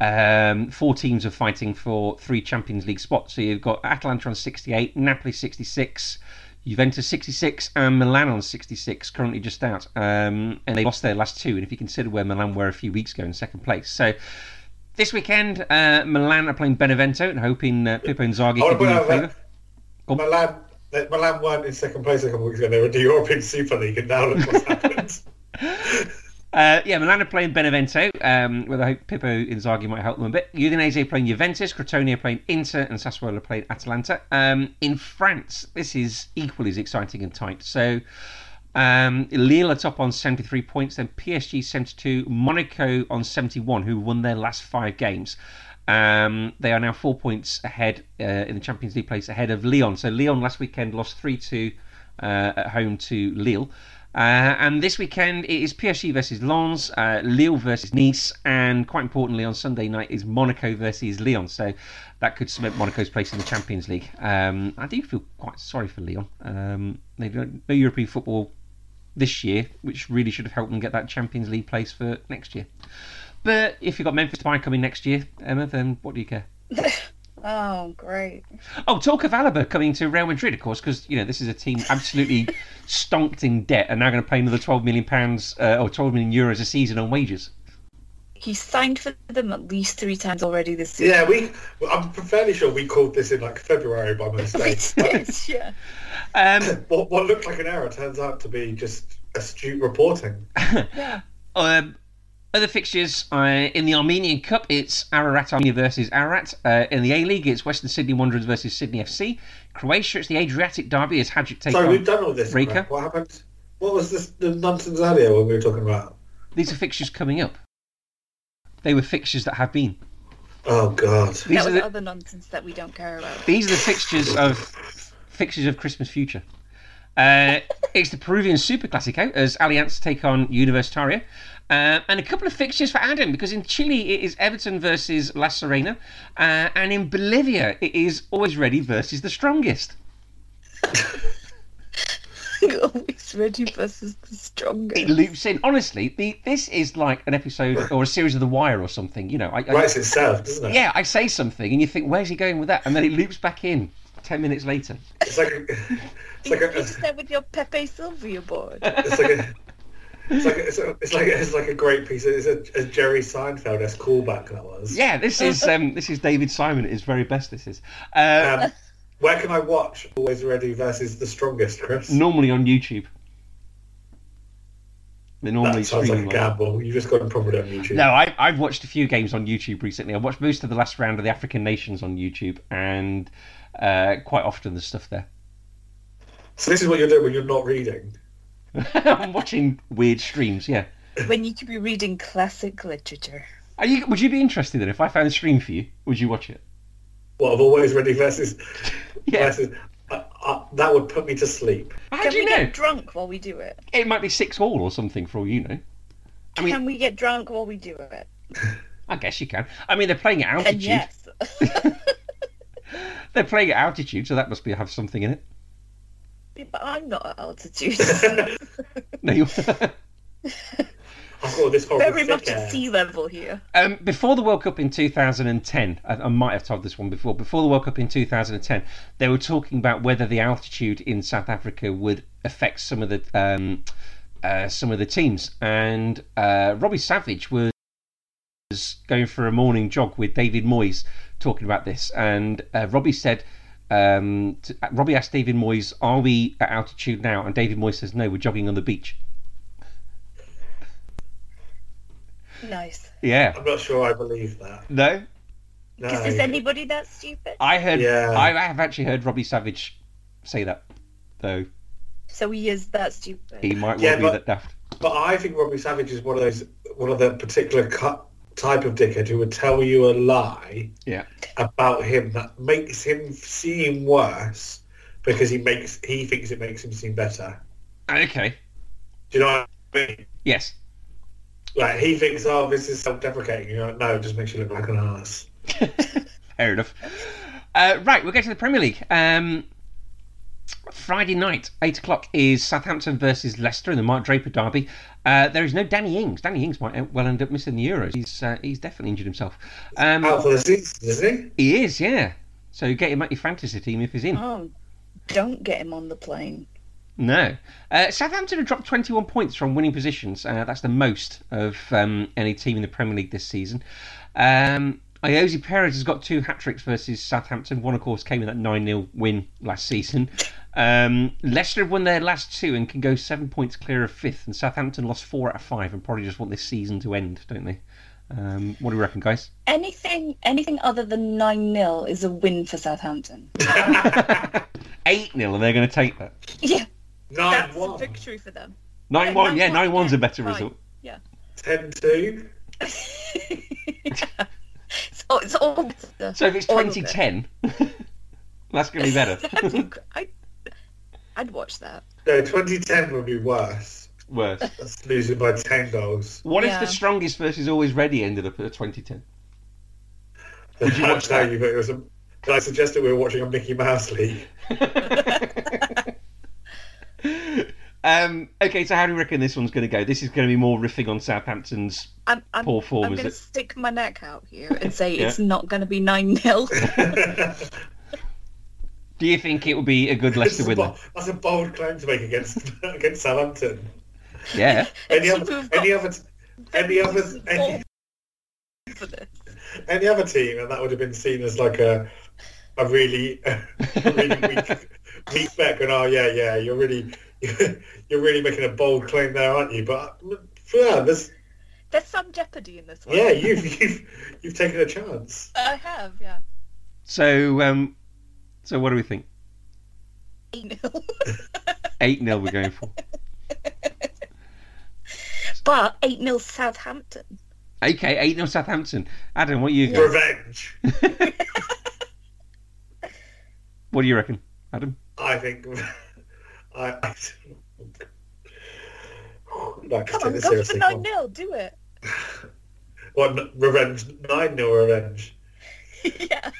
Speaker 1: um, four teams are fighting for three Champions League spots. So you've got Atalanta on sixty-eight, Napoli sixty-six. Juventus 66 and Milan on 66, currently just out. Um, and they lost their last two. And if you consider where Milan were a few weeks ago in second place. So this weekend, uh, Milan are playing Benevento and hoping uh, Pippo Inzaghi
Speaker 2: I
Speaker 1: can
Speaker 2: want
Speaker 1: do
Speaker 2: to
Speaker 1: them a
Speaker 2: point out
Speaker 1: favour.
Speaker 2: that Milan, that Milan uh, weren't in second place a couple of weeks ago. They were in the European Super League, and now look what's happened.
Speaker 1: Uh, yeah, Milan are playing Benevento, um, where I hope Pippo Inzaghi might help them a bit. Udinese are playing Juventus, Crotone are playing Inter, and Sassuolo are playing Atalanta. Um, in France, this is equally as exciting and tight. So, um, Lille are top on 73 points, then PSG 72, Monaco on 71, who won their last five games. Um, they are now four points ahead uh, in the Champions League place, ahead of Lyon. So Lyon last weekend lost three two uh, at home to Lille. Uh, and this weekend it is PSG versus Lens, uh, Lille versus Nice, and quite importantly on Sunday night is Monaco versus Lyon. So that could cement Monaco's place in the Champions League. Um, I do feel quite sorry for Lyon. Um, they don't no European football this year, which really should have helped them get that Champions League place for next year. But if you've got Memphis Depay coming next year, Emma, then what do you care?
Speaker 3: Oh, great.
Speaker 1: Oh, talk of Alaba coming to Real Madrid, of course, because you know this is a team absolutely stonked in debt and now going to pay another twelve million pounds uh, or twelve million euros a season on wages.
Speaker 3: He signed for them at least three times already this season.
Speaker 2: yeah, we. I'm fairly sure we called this in like February by
Speaker 3: We
Speaker 2: mistake.
Speaker 3: did, yeah.
Speaker 1: Um,
Speaker 2: what, what looked like an error turns out to be just astute reporting.
Speaker 3: yeah.
Speaker 1: um, other fixtures uh, in the Armenian Cup, it's Ararat Armenia versus Ararat. Uh, in the A League, it's Western Sydney Wanderers versus Sydney FC. Croatia, it's the Adriatic Derby as Hadjik take
Speaker 2: Sorry,
Speaker 1: on.
Speaker 2: we've done all this.
Speaker 1: Rika?
Speaker 2: crap. What happened? What was this the nonsense earlier when we were talking about?
Speaker 1: These are fixtures coming up. They were fixtures that have been.
Speaker 2: Oh God.
Speaker 1: These
Speaker 3: that
Speaker 1: are
Speaker 3: was
Speaker 1: the,
Speaker 3: other nonsense that we don't care about.
Speaker 1: these are the fixtures of fixtures of Christmas future. Uh, it's the Peruvian Super Classico as Alianza take on Universitario. Uh, and a couple of fixtures for Adam because in Chile it is Everton versus La Serena, uh, and in Bolivia it is Always Ready versus the Strongest.
Speaker 3: Always ready versus the stronger.
Speaker 1: It loops in. Honestly, the, this is like an episode or a series of The Wire or something. You know, I, I,
Speaker 2: Writes itself, doesn't it?
Speaker 1: yeah, I say something and you think, where's he going with that? And then it loops back in ten minutes later.
Speaker 2: It's like a, it's
Speaker 3: You
Speaker 2: like a,
Speaker 3: just said with your Pepe Silvia board.
Speaker 2: it's like a. It's like, a, it's, a, it's like a, it's like a great piece. It's a, a Jerry Seinfeld-esque callback that was.
Speaker 1: Yeah, this is um, this is David Simon at his very best. This is. Uh,
Speaker 2: Um, where can I watch Always Ready versus the Strongest, Chris?
Speaker 1: normally on YouTube. They normally
Speaker 2: that sounds like
Speaker 1: stream.
Speaker 2: a
Speaker 1: like-
Speaker 2: gamble. You just got to probably on YouTube.
Speaker 1: no, I, I've watched a few games on YouTube recently. I watched most of the last round of the African Nations on YouTube, and uh, quite often there's stuff there.
Speaker 2: So this is what you're doing when you're not reading.
Speaker 1: I'm watching weird streams. Yeah,
Speaker 3: when you could be reading classic literature.
Speaker 1: Are you, would you be interested in it? if I found a stream for you? Would you watch it?
Speaker 2: Well, I've always read classes.
Speaker 1: Yeah.
Speaker 2: classes. I, I, uh, that would put me to sleep.
Speaker 1: How
Speaker 3: Can
Speaker 1: do you
Speaker 3: we
Speaker 1: know?
Speaker 3: get drunk while we do it?
Speaker 1: It might be six all or something for all you know. I mean,
Speaker 3: Can we get drunk while we do it?
Speaker 1: I guess you can. I mean, they're playing at altitude.
Speaker 3: And yes.
Speaker 1: They're playing at altitude, so that must be have something in it.
Speaker 3: but I'm not at altitude.
Speaker 1: No, you.
Speaker 2: I've got this horrible
Speaker 3: Very
Speaker 2: thick
Speaker 3: much
Speaker 2: hair.
Speaker 3: at sea level here.
Speaker 1: Um, before the World Cup in 2010, I, I might have told this one before. Before the World Cup in 2010, they were talking about whether the altitude in South Africa would affect some of the um, uh, some of the teams. And uh, Robbie Savage was going for a morning jog with David Moyes talking about this, and uh, Robbie said. Um, t Robbie asked David Moyes, "Are we at altitude now?" And David Moyes says, "No, we're jogging on the beach."
Speaker 3: Nice.
Speaker 1: Yeah,
Speaker 2: I'm not sure I believe that.
Speaker 1: no,
Speaker 2: No.
Speaker 3: Because is anybody that stupid?
Speaker 1: I heard.
Speaker 2: Yeah.
Speaker 1: I have actually heard Robbie Savage say that, though
Speaker 3: So he is that
Speaker 1: he
Speaker 3: stupid.
Speaker 1: might well
Speaker 2: Yeah,
Speaker 1: be
Speaker 2: but-
Speaker 1: that daft.
Speaker 2: But I think Robbie Savage is one of those, one of the particular cu- type of dickhead who would tell you a lie
Speaker 1: Yeah.
Speaker 2: about him that makes him seem worse because he makes he thinks it makes him seem better.
Speaker 1: Okay.
Speaker 2: Do you know what I mean?
Speaker 1: Yes.
Speaker 2: Like he thinks, oh, this is self-deprecating. You know, no, it just makes you look like an ass.
Speaker 1: Fair enough. Uh, right, we'll get to the Premier League. Um, Friday night, 8 o'clock, is Southampton versus Leicester in the Mark Draper derby. Uh, there is no Danny Ings. Danny Ings might uh, well end up missing the Euros. He's uh, he's definitely injured himself. Um,
Speaker 2: Out for the season, is he?
Speaker 1: He is, yeah. So get him at your fantasy team if he's in.
Speaker 3: Oh, don't get him on the plane.
Speaker 1: No. Uh, Southampton have dropped 21 points from winning positions. Uh, that's the most of um, any team in the Premier League this season. Um, Iosi Perez has got two hat tricks versus Southampton. One, of course, came in that 9 0 win last season. Um, Leicester have won their last two and can go seven points clear of fifth. And Southampton lost four out of five and probably just want this season to end, don't they? Um, what do we reckon, guys?
Speaker 3: Anything, anything other than nine 0 is a win for Southampton.
Speaker 1: 8 0, and they're going to take that.
Speaker 3: Yeah,
Speaker 2: Nine
Speaker 3: that's a
Speaker 2: one,
Speaker 3: victory for them.
Speaker 1: 9 1, yeah, 9 1's a better
Speaker 3: Right.
Speaker 1: result.
Speaker 2: ten two.
Speaker 3: it's, all, it's all better.
Speaker 1: So if it's
Speaker 3: All of it.
Speaker 1: 2010, that's going to be better.
Speaker 3: That'd be gr- I, I'd watch that.
Speaker 2: No, 2010 would be worse.
Speaker 1: Worse.
Speaker 2: That's losing by 10 goals.
Speaker 1: What
Speaker 3: Yeah.
Speaker 1: if the strongest versus always ready ended up at 2010?
Speaker 2: Did
Speaker 1: you watch that?
Speaker 2: You, but it was a, I suggested we were watching a Mickey Mouse league.
Speaker 1: um, okay, so how do you reckon this one's going to go? This is going to be more riffing on Southampton's
Speaker 3: I'm, I'm,
Speaker 1: poor form,
Speaker 3: I'm
Speaker 1: is
Speaker 3: going to
Speaker 1: it?
Speaker 3: stick my neck out here and say
Speaker 1: Yeah.
Speaker 3: it's not going to be nine 0
Speaker 1: Do you think it would be a good
Speaker 2: That's
Speaker 1: Leicester
Speaker 2: a
Speaker 1: win?
Speaker 2: bo- that's a bold claim to make against against Southampton.
Speaker 1: then? Yeah.
Speaker 2: Any
Speaker 3: It's
Speaker 2: other,
Speaker 3: you've got-
Speaker 2: any other, any other, any,
Speaker 3: for this.
Speaker 2: any other team, and that would have been seen as like a a really, a really weak, weak bet. And oh yeah, yeah, you're really, you're really making a bold claim there, aren't you? But yeah, there's,
Speaker 3: There's some jeopardy in this one.
Speaker 2: yeah, you've you've you've taken a chance.
Speaker 3: I have. Yeah,
Speaker 1: So, um, so what do we think?
Speaker 3: eight 0
Speaker 1: 8 0 we're going for.
Speaker 3: but eight 0 Southampton.
Speaker 1: Okay, 8 0 Southampton. Adam, what you got?
Speaker 2: Revenge.
Speaker 1: What do you reckon, Adam?
Speaker 2: I think I. I Like,
Speaker 3: Come
Speaker 2: take
Speaker 3: on,
Speaker 2: this
Speaker 3: go for
Speaker 2: seriously. come
Speaker 3: nine 0 Do it.
Speaker 2: on. What n- revenge? Nine nil revenge.
Speaker 3: yeah,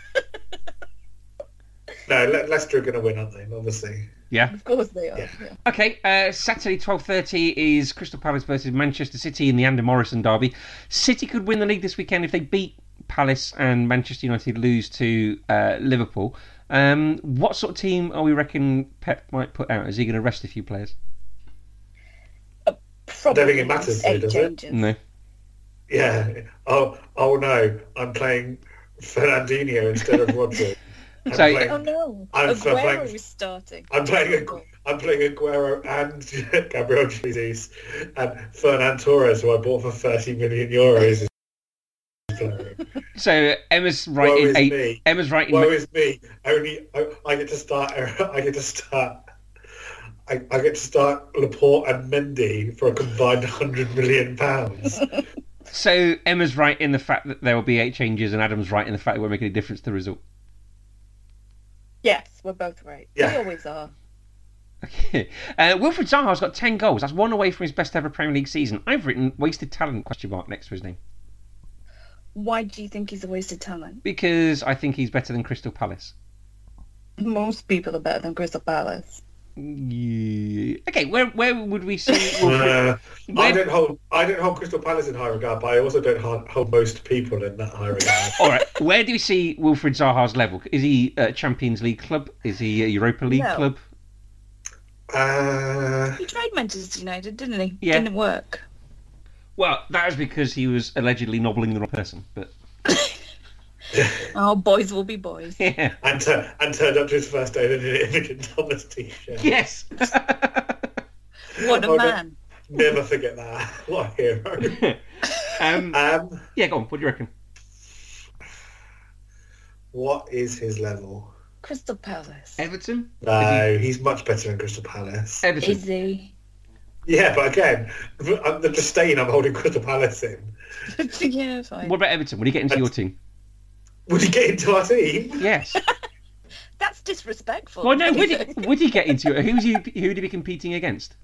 Speaker 2: No, Le- Leicester are going to win, aren't they? Obviously.
Speaker 1: Yeah.
Speaker 3: of course they are.
Speaker 2: Yeah.
Speaker 3: yeah.
Speaker 1: Okay, uh, Saturday twelve thirty is Crystal Palace versus Manchester City in the Ander Morrison derby. City could win the league this weekend if they beat Palace and Manchester United lose to uh, Liverpool. Um, what sort of team are we reckon Pep might put out? Is he going to rest a few players?
Speaker 3: Probably
Speaker 2: think it matters, though,
Speaker 3: eight
Speaker 2: does it?
Speaker 3: changes.
Speaker 1: No.
Speaker 2: Yeah. Oh, oh no! I'm playing Fernandinho instead of Rodri. I'm
Speaker 1: So-
Speaker 3: Oh
Speaker 2: playing,
Speaker 3: no,
Speaker 2: I'm for
Speaker 3: Aguero
Speaker 2: playing-
Speaker 3: is starting.
Speaker 2: I'm playing Agu- I'm playing Aguero and Gabriel Jesus and Fernand Torres, who I bought for 30 million euros. is playing.
Speaker 1: So Emma's right
Speaker 2: Woe
Speaker 1: in
Speaker 2: is
Speaker 1: eight.
Speaker 2: me.
Speaker 1: Emma's right in.
Speaker 2: Woe is me. Only I, I get to start. I get to start. I, I get to start Laporte and Mendy for a combined hundred million pounds.
Speaker 1: So Emma's right in the fact that there will be eight changes, and Adam's right in the fact that it won't make any difference to the result.
Speaker 3: Yes, we're both right.
Speaker 2: Yeah.
Speaker 3: We always are.
Speaker 1: uh, Wilfred Zaha's got ten goals. That's one away from his best ever Premier League season. I've written wasted talent question mark next to his name
Speaker 3: Why do you think he's a wasted talent?
Speaker 1: because I think he's better than Crystal Palace.
Speaker 3: Most people are better than Crystal Palace.
Speaker 1: Yeah. Okay, where where would we see? Wilfred?
Speaker 2: Uh, I
Speaker 1: Where-
Speaker 2: don't hold I don't hold Crystal Palace in high regard, but I also don't hold, hold most people in that high regard.
Speaker 1: All right, where do we see Wilfred Zaha's level? Is he a Champions League club? Is he a Europa League
Speaker 3: No.
Speaker 1: club?
Speaker 2: uh,
Speaker 3: He tried Manchester United, didn't he?
Speaker 1: Yeah.
Speaker 3: Didn't work.
Speaker 1: Well, that was because he was allegedly nobbling the wrong person. But
Speaker 3: Oh, boys will be boys.
Speaker 1: yeah,
Speaker 2: and, tu- and turned up to his first day in an Imogen Thomas t-shirt.
Speaker 1: yes.
Speaker 3: What a
Speaker 2: Hold on.
Speaker 3: man.
Speaker 2: Never forget that. What a hero.
Speaker 1: um,
Speaker 2: Um,
Speaker 1: yeah, go on. What do you reckon?
Speaker 2: what is his level?
Speaker 3: Crystal Palace.
Speaker 1: Everton.
Speaker 2: No, he's much better than Crystal Palace.
Speaker 1: Everton.
Speaker 3: Is he?
Speaker 2: Yeah, but again, I'm the disdain I'm holding Crystal Palace in.
Speaker 3: yeah, fine.
Speaker 1: What about Everton? Would he get into your team?
Speaker 2: Would he get into our team?
Speaker 1: Yes.
Speaker 3: That's disrespectful.
Speaker 1: Well, no. Would he? Would he get into it? Who's he? Who'd he be competing against?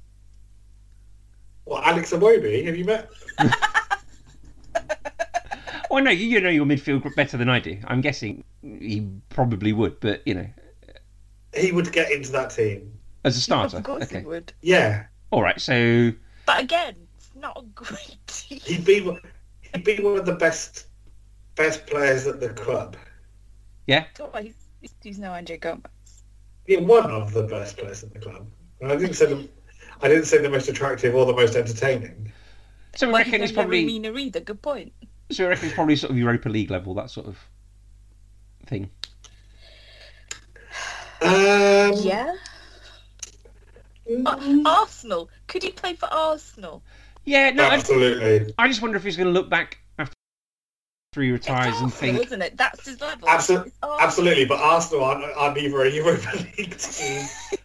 Speaker 2: Well, Alex Awobi, have you met?
Speaker 1: Oh no, you, you know your midfield group better than I do. I'm guessing he probably would, but you know,
Speaker 2: He would get into that team.
Speaker 1: as a starter.
Speaker 3: Of course
Speaker 1: okay.
Speaker 3: he would.
Speaker 2: Yeah,
Speaker 1: All right. So
Speaker 3: But again, it's not a great team.
Speaker 2: he'd be one- he'd be one of the best best players at the club.
Speaker 3: Oh, he's, he's- he's no Andre Gomez.
Speaker 2: Yeah, one of the best players at the club. And I didn't say the, I didn't say the most attractive or the most entertaining.
Speaker 1: so we
Speaker 3: Well,
Speaker 1: reckon
Speaker 3: he's
Speaker 1: it's
Speaker 3: no
Speaker 1: probably.
Speaker 3: Mina either. Good point.
Speaker 1: So I reckon it's probably sort of Europa League level, that sort of thing.
Speaker 2: Um,
Speaker 3: Yeah.
Speaker 2: mm,
Speaker 3: Uh, Arsenal. Could he play for Arsenal?
Speaker 1: Yeah, no, I,
Speaker 2: absolutely,
Speaker 1: Um, I just wonder if he's going to look back after three
Speaker 3: It's
Speaker 1: retires and
Speaker 3: Arsenal,
Speaker 1: think,
Speaker 3: isn't it? That's his level.
Speaker 2: Absol-
Speaker 3: It's
Speaker 1: Oh.
Speaker 3: Arsenal.
Speaker 2: absolutely. But Arsenal aren't, aren't either a Europa League team.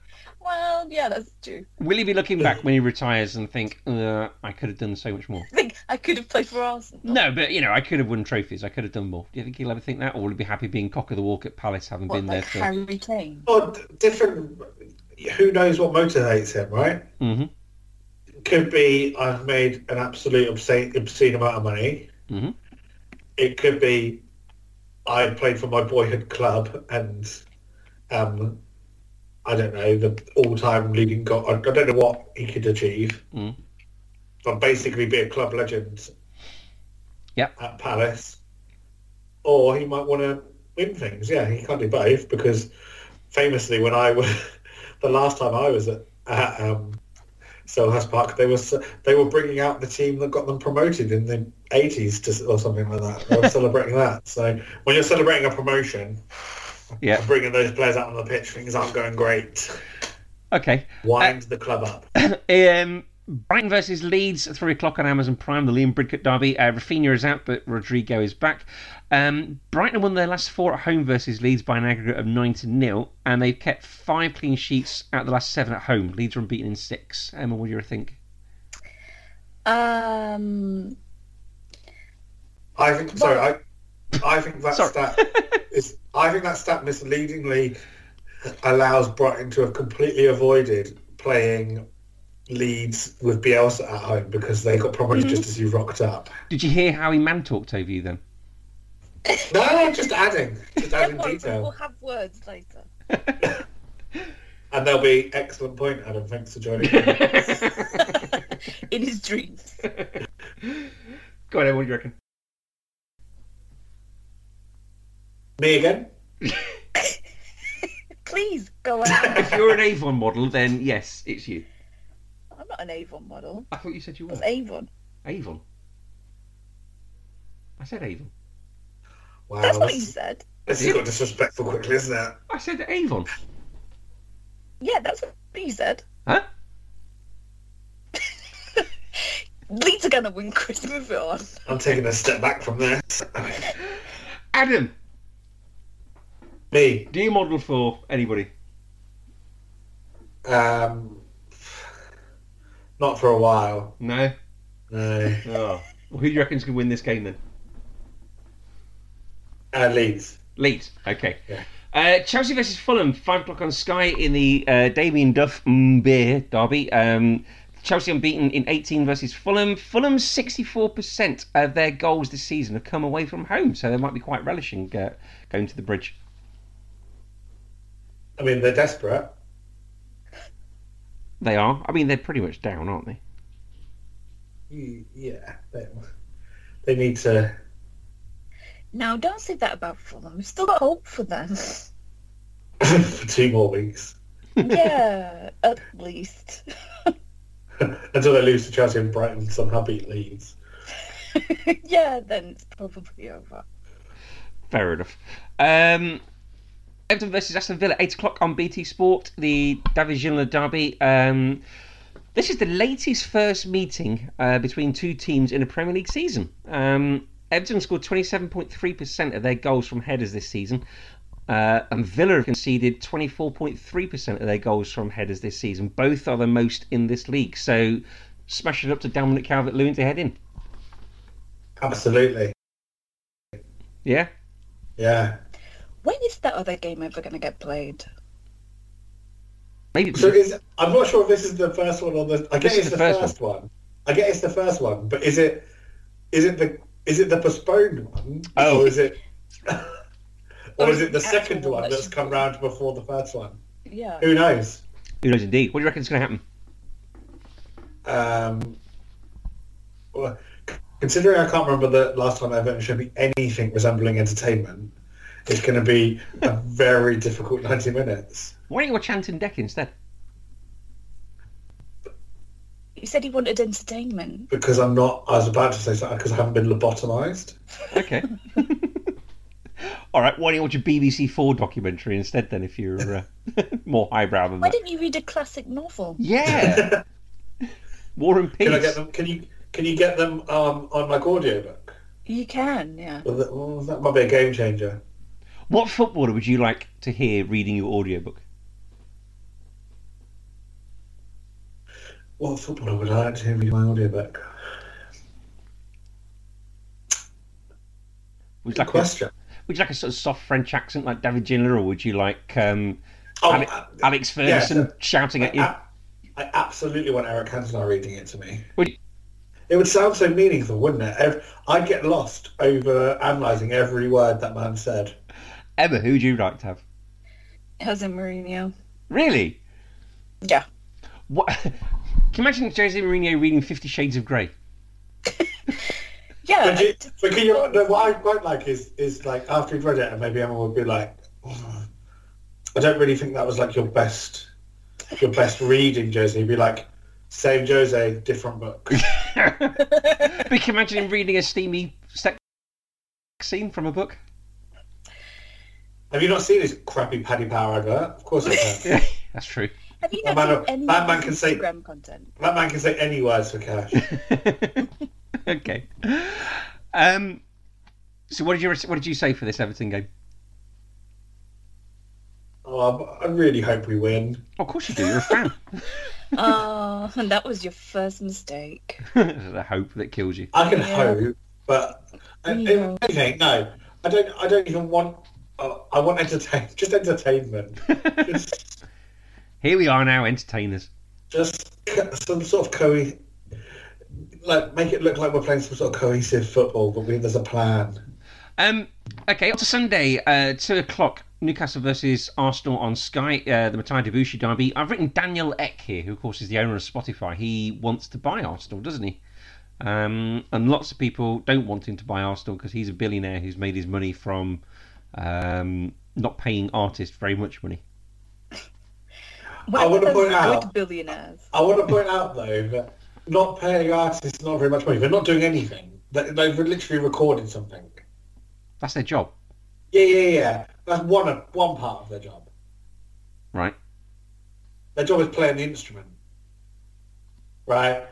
Speaker 3: Well, yeah, that's true.
Speaker 1: will he be looking back when he retires and think, uh, I could have done so much more?
Speaker 3: I think I could have played for Arsenal.
Speaker 1: No, but you know, I could have won trophies. I could have done more. Do you think he'll ever think that, or will he be happy being cock of the walk at Palace, having
Speaker 3: What,
Speaker 1: been there
Speaker 3: like
Speaker 1: for?
Speaker 3: Harry Kane?
Speaker 2: Or d- different. Who knows what motivates him, right?
Speaker 1: Mhm.
Speaker 2: could be I've made an absolute obscene, obscene amount of money.
Speaker 1: Mhm.
Speaker 2: It could be I played for my boyhood club and um, I don't know the all-time leading goal. I I don't know what he could achieve,
Speaker 1: Mm.
Speaker 2: but basically be a club legend.
Speaker 1: Yep.
Speaker 2: At Palace, or he might want to win things. Yeah, he can't do both because famously when I was the last time I was at, at um, Selhurst Park, they were they were bringing out the team that got them promoted in the eighties to or something like that. They were celebrating that. So when you're celebrating a promotion,
Speaker 1: Yeah.
Speaker 2: and bringing those players out on the pitch, things aren't going great.
Speaker 1: Okay.
Speaker 2: Wind the club up.
Speaker 1: Um, Brighton versus Leeds, three o'clock on Amazon Prime. The Liam Bridcut derby. Uh, Rafinha is out, but Rodrigo is back. Um, Brighton won their last four at home versus Leeds by an aggregate of nine to nil, and they've kept five clean sheets out of the last seven at home. Leeds are unbeaten in six. Emma, what do you think?
Speaker 3: Um,
Speaker 2: I think sorry, I I think that
Speaker 1: Sorry.
Speaker 2: stat is I think that stat misleadingly allows Brighton to have completely avoided playing Leeds with Bielsa at home because they got promoted just as you rocked up.
Speaker 1: Did you hear how he man talked over you then?
Speaker 2: No, just adding, just adding
Speaker 3: don't worry,
Speaker 2: detail.
Speaker 3: we'll have words later.
Speaker 2: And there'll be excellent point, Adam. Thanks for joining. me.
Speaker 3: In his dreams.
Speaker 1: Go on, Emma, what do you reckon?
Speaker 2: me again?
Speaker 3: Please go out.
Speaker 1: If you're an Avon model, then yes, it's you.
Speaker 3: I'm not an Avon model.
Speaker 1: I thought you said you were
Speaker 3: It's Avon.
Speaker 1: Avon. I said Avon.
Speaker 2: Wow,
Speaker 3: That's what you
Speaker 2: this,
Speaker 3: said.
Speaker 2: this has got disrespectful quickly, isn't it?
Speaker 1: I said Avon.
Speaker 3: Yeah, that's what you said.
Speaker 1: Huh?
Speaker 3: Leeds are gonna win. Chris, move it on.
Speaker 2: I'm taking a step back from this.
Speaker 1: Adam,
Speaker 2: me,
Speaker 1: do you model for anybody?
Speaker 2: um, Not for a while.
Speaker 1: No.
Speaker 2: No.
Speaker 1: Oh. Well, who do you reckon's going to win this game then?
Speaker 2: Uh, Leeds.
Speaker 1: Leeds. Okay.
Speaker 2: Yeah.
Speaker 1: Uh, Chelsea versus Fulham, five o'clock on Sky in the uh, Damien Duff Mbeer derby. Um, Chelsea unbeaten in 18 versus Fulham. Fulham 64% of their goals this season have come away from home, so they might be quite relishing uh, going to the bridge.
Speaker 2: I mean, they're desperate.
Speaker 1: They are. I mean, they're pretty much down, aren't they?
Speaker 2: Y- Yeah. They, they need to.
Speaker 3: Now, don't say that about Fulham. We've still got hope for them.
Speaker 2: for two more weeks.
Speaker 3: yeah, at least.
Speaker 2: Until they lose to Chelsea and Brighton somehow beat Leeds.
Speaker 3: yeah, then it's probably over.
Speaker 1: Fair enough. Um, Everton versus Aston Villa, 8 o'clock on BT Sport, the Davigilna derby. Um, this is the latest first meeting uh, between two teams in a Premier League season. Um, Everton scored 27.3% of their goals from headers this season, uh, and Villa have conceded 24.3% of their goals from headers this season. Both are the most in this league, so smash it up to Dominic Calvert Lewin to head in.
Speaker 2: Absolutely.
Speaker 1: Yeah?
Speaker 2: Yeah.
Speaker 3: When is that other game ever going to get played?
Speaker 1: Maybe it's
Speaker 2: So is I'm not sure if this is the first one or the. I
Speaker 1: This
Speaker 2: guess
Speaker 1: is
Speaker 2: it's
Speaker 1: the
Speaker 2: the
Speaker 1: first
Speaker 2: first, one. I guess it's the first one, but is it? Is it the? Is it the postponed one?
Speaker 1: Oh.
Speaker 2: Or is it?
Speaker 3: Or
Speaker 2: or
Speaker 3: is
Speaker 2: is
Speaker 3: it
Speaker 2: it the
Speaker 3: the
Speaker 2: second
Speaker 3: actual one
Speaker 2: one that's
Speaker 3: that's-
Speaker 2: come round before the first one?
Speaker 3: Yeah.
Speaker 2: Who knows?
Speaker 1: Who knows indeed? What do you reckon's going to happen?
Speaker 2: Um, well, c- considering I can't remember the last time I've ever shown me anything resembling entertainment, it's going to be a very difficult 90 minutes.
Speaker 1: Why don't you watch Anton Deck instead?
Speaker 3: He said he wanted entertainment.
Speaker 2: Because I'm not, I was about to say something, because I haven't been lobotomized.
Speaker 1: Okay. All right. Why don't you watch a BBC Four documentary instead then, if you're uh, more highbrow than
Speaker 3: Why
Speaker 1: that?
Speaker 3: didn't you read a classic novel?
Speaker 1: Yeah. War and Peace.
Speaker 2: Can I get them? Can you can you get them um, on like audiobook?
Speaker 3: You can, yeah.
Speaker 2: Well, that, well, that might be a game changer.
Speaker 1: What footballer would you like to hear reading your audiobook?
Speaker 2: What footballer would I like to read my audiobook?
Speaker 1: Would you,
Speaker 2: Good
Speaker 1: like a,
Speaker 2: question.
Speaker 1: would you like a sort of soft French accent like David Ginola, or would you like um,
Speaker 2: Oh,
Speaker 1: Alex,
Speaker 2: I,
Speaker 1: Alex Ferguson
Speaker 2: yeah. Uh,
Speaker 1: shouting at you?
Speaker 2: I, I absolutely want Eric Cantona reading it to me.
Speaker 1: Would you-
Speaker 2: It would sound so meaningful, wouldn't it? Ev- I'd get lost over analysing every word that man said.
Speaker 1: Emma, who would you like to have?
Speaker 3: Jose Mourinho.
Speaker 1: Really?
Speaker 3: Yeah.
Speaker 1: What? Can you imagine Jose Mourinho reading Fifty Shades of Grey?
Speaker 3: Yeah.
Speaker 2: But, you,
Speaker 3: I just-
Speaker 2: but can you, no, what I quite like is, is like after you've read it, and maybe Emma would be like, "Oh, I don't really think that was like your best, your best reading, Jose. You'd be like, same Jose, different book.
Speaker 1: but you can imagine him reading a steamy sex scene from a book.
Speaker 2: Have you not seen this crappy Paddy Power advert? Of course I have.
Speaker 1: That's true.
Speaker 3: Have you
Speaker 2: That
Speaker 3: not
Speaker 2: man-
Speaker 3: seen any
Speaker 2: that man
Speaker 3: of
Speaker 2: can
Speaker 3: his
Speaker 2: say-
Speaker 3: Instagram content?
Speaker 2: that man can say any words for cash.
Speaker 1: okay. Um, so what did you what did you say for this Everton game?
Speaker 2: Oh, I I really hope we win.
Speaker 1: of course you do. You're a fan.
Speaker 3: Oh, and that was your first mistake.
Speaker 1: the hope that kills you.
Speaker 2: I can
Speaker 3: Yeah.
Speaker 2: hope, but and- and
Speaker 3: Yeah.
Speaker 2: anything. No, I don't. I don't even want. Uh, I want entertain. Just entertainment. just,
Speaker 1: Here we are now, entertainers.
Speaker 2: just c- some sort of co. Like make it look like we're playing some sort of cohesive football, but we, there's a plan.
Speaker 1: Um, okay, up to Sunday, uh, two o'clock. Newcastle versus Arsenal on Sky, uh, the Matai Debushi derby. I've written Daniel Eck here, who of course is the owner of Spotify. He wants to buy Arsenal, doesn't he? Um, and lots of people don't want him to buy Arsenal because he's a billionaire who's made his money from um, not paying artists very much money.
Speaker 3: Well,
Speaker 2: wanna
Speaker 3: those
Speaker 2: point out-
Speaker 3: Good billionaires.
Speaker 2: I want to point out though that not paying artists not very much money. They're not doing anything. They, they've literally recorded something.
Speaker 1: That's their job,
Speaker 2: Yeah, yeah, yeah. That's one of- one part of their job.
Speaker 1: right?
Speaker 2: Their job is playing the instrument, right?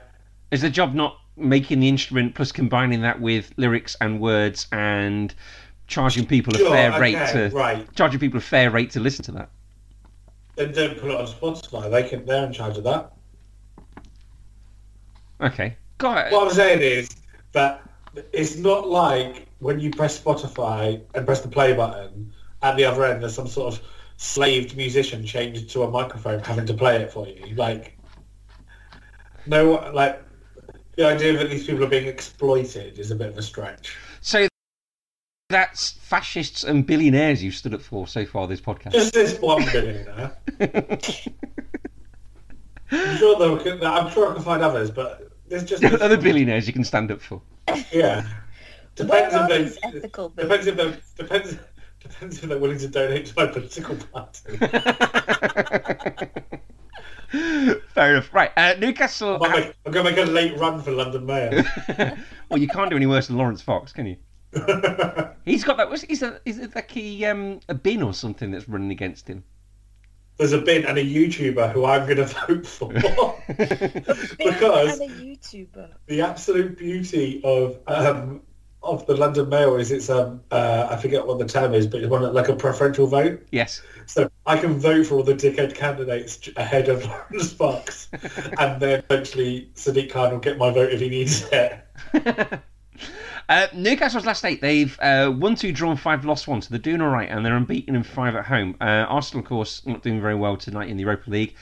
Speaker 1: Is their job not making the instrument plus combining that with lyrics and words and charging people a
Speaker 2: Sure,
Speaker 1: fair rate to
Speaker 2: okay, right.
Speaker 1: charging people a fair rate to listen to that?
Speaker 2: Then don't put it on Spotify. They can. They're in charge of that.
Speaker 1: Okay. Got it.
Speaker 2: What I'm saying is that it's not like when you press Spotify and press the play button at the other end, there's some sort of slaved musician chained to a microphone having to play it for you. Like, no, like the idea that these people are being exploited is a bit of a stretch.
Speaker 1: so that's fascists and billionaires you've stood up for so far this podcast.
Speaker 2: Just this one billionaire. I'm sure there could, I'm sure I can find others, but there's just
Speaker 1: Other billionaires you can stand up for.
Speaker 2: Yeah,
Speaker 3: What
Speaker 2: depends
Speaker 3: are
Speaker 2: if
Speaker 3: these
Speaker 2: they
Speaker 3: ethical
Speaker 2: depends
Speaker 3: beliefs?
Speaker 2: if they depends depends if they're willing to donate to my political party.
Speaker 1: Fair enough. Right, uh, Newcastle.
Speaker 2: I'm, gonna make- I'm gonna make a late run for London Mayor.
Speaker 1: well, you can't do any worse than Lawrence Fox, can you? He's got that. Was is that is it like a, um, a bin or something that's running against him?
Speaker 2: There's a bin and a YouTuber who I'm gonna vote for because
Speaker 3: As a YouTuber.
Speaker 2: the absolute beauty of um, of the London Mayor is it's um uh, I forget what the term is, but it's one that- like a preferential vote.
Speaker 1: yes.
Speaker 2: So I can vote for all the dickhead candidates j- ahead of Lawrence Fox, and then eventually Sadiq Khan will get my vote if he needs it.
Speaker 1: Uh, Newcastle's last eight, they've uh, won two, drawn five, lost one, so they're doing all right, and they're unbeaten in five at home. Uh, Arsenal, of course, not doing very well tonight in the Europa League,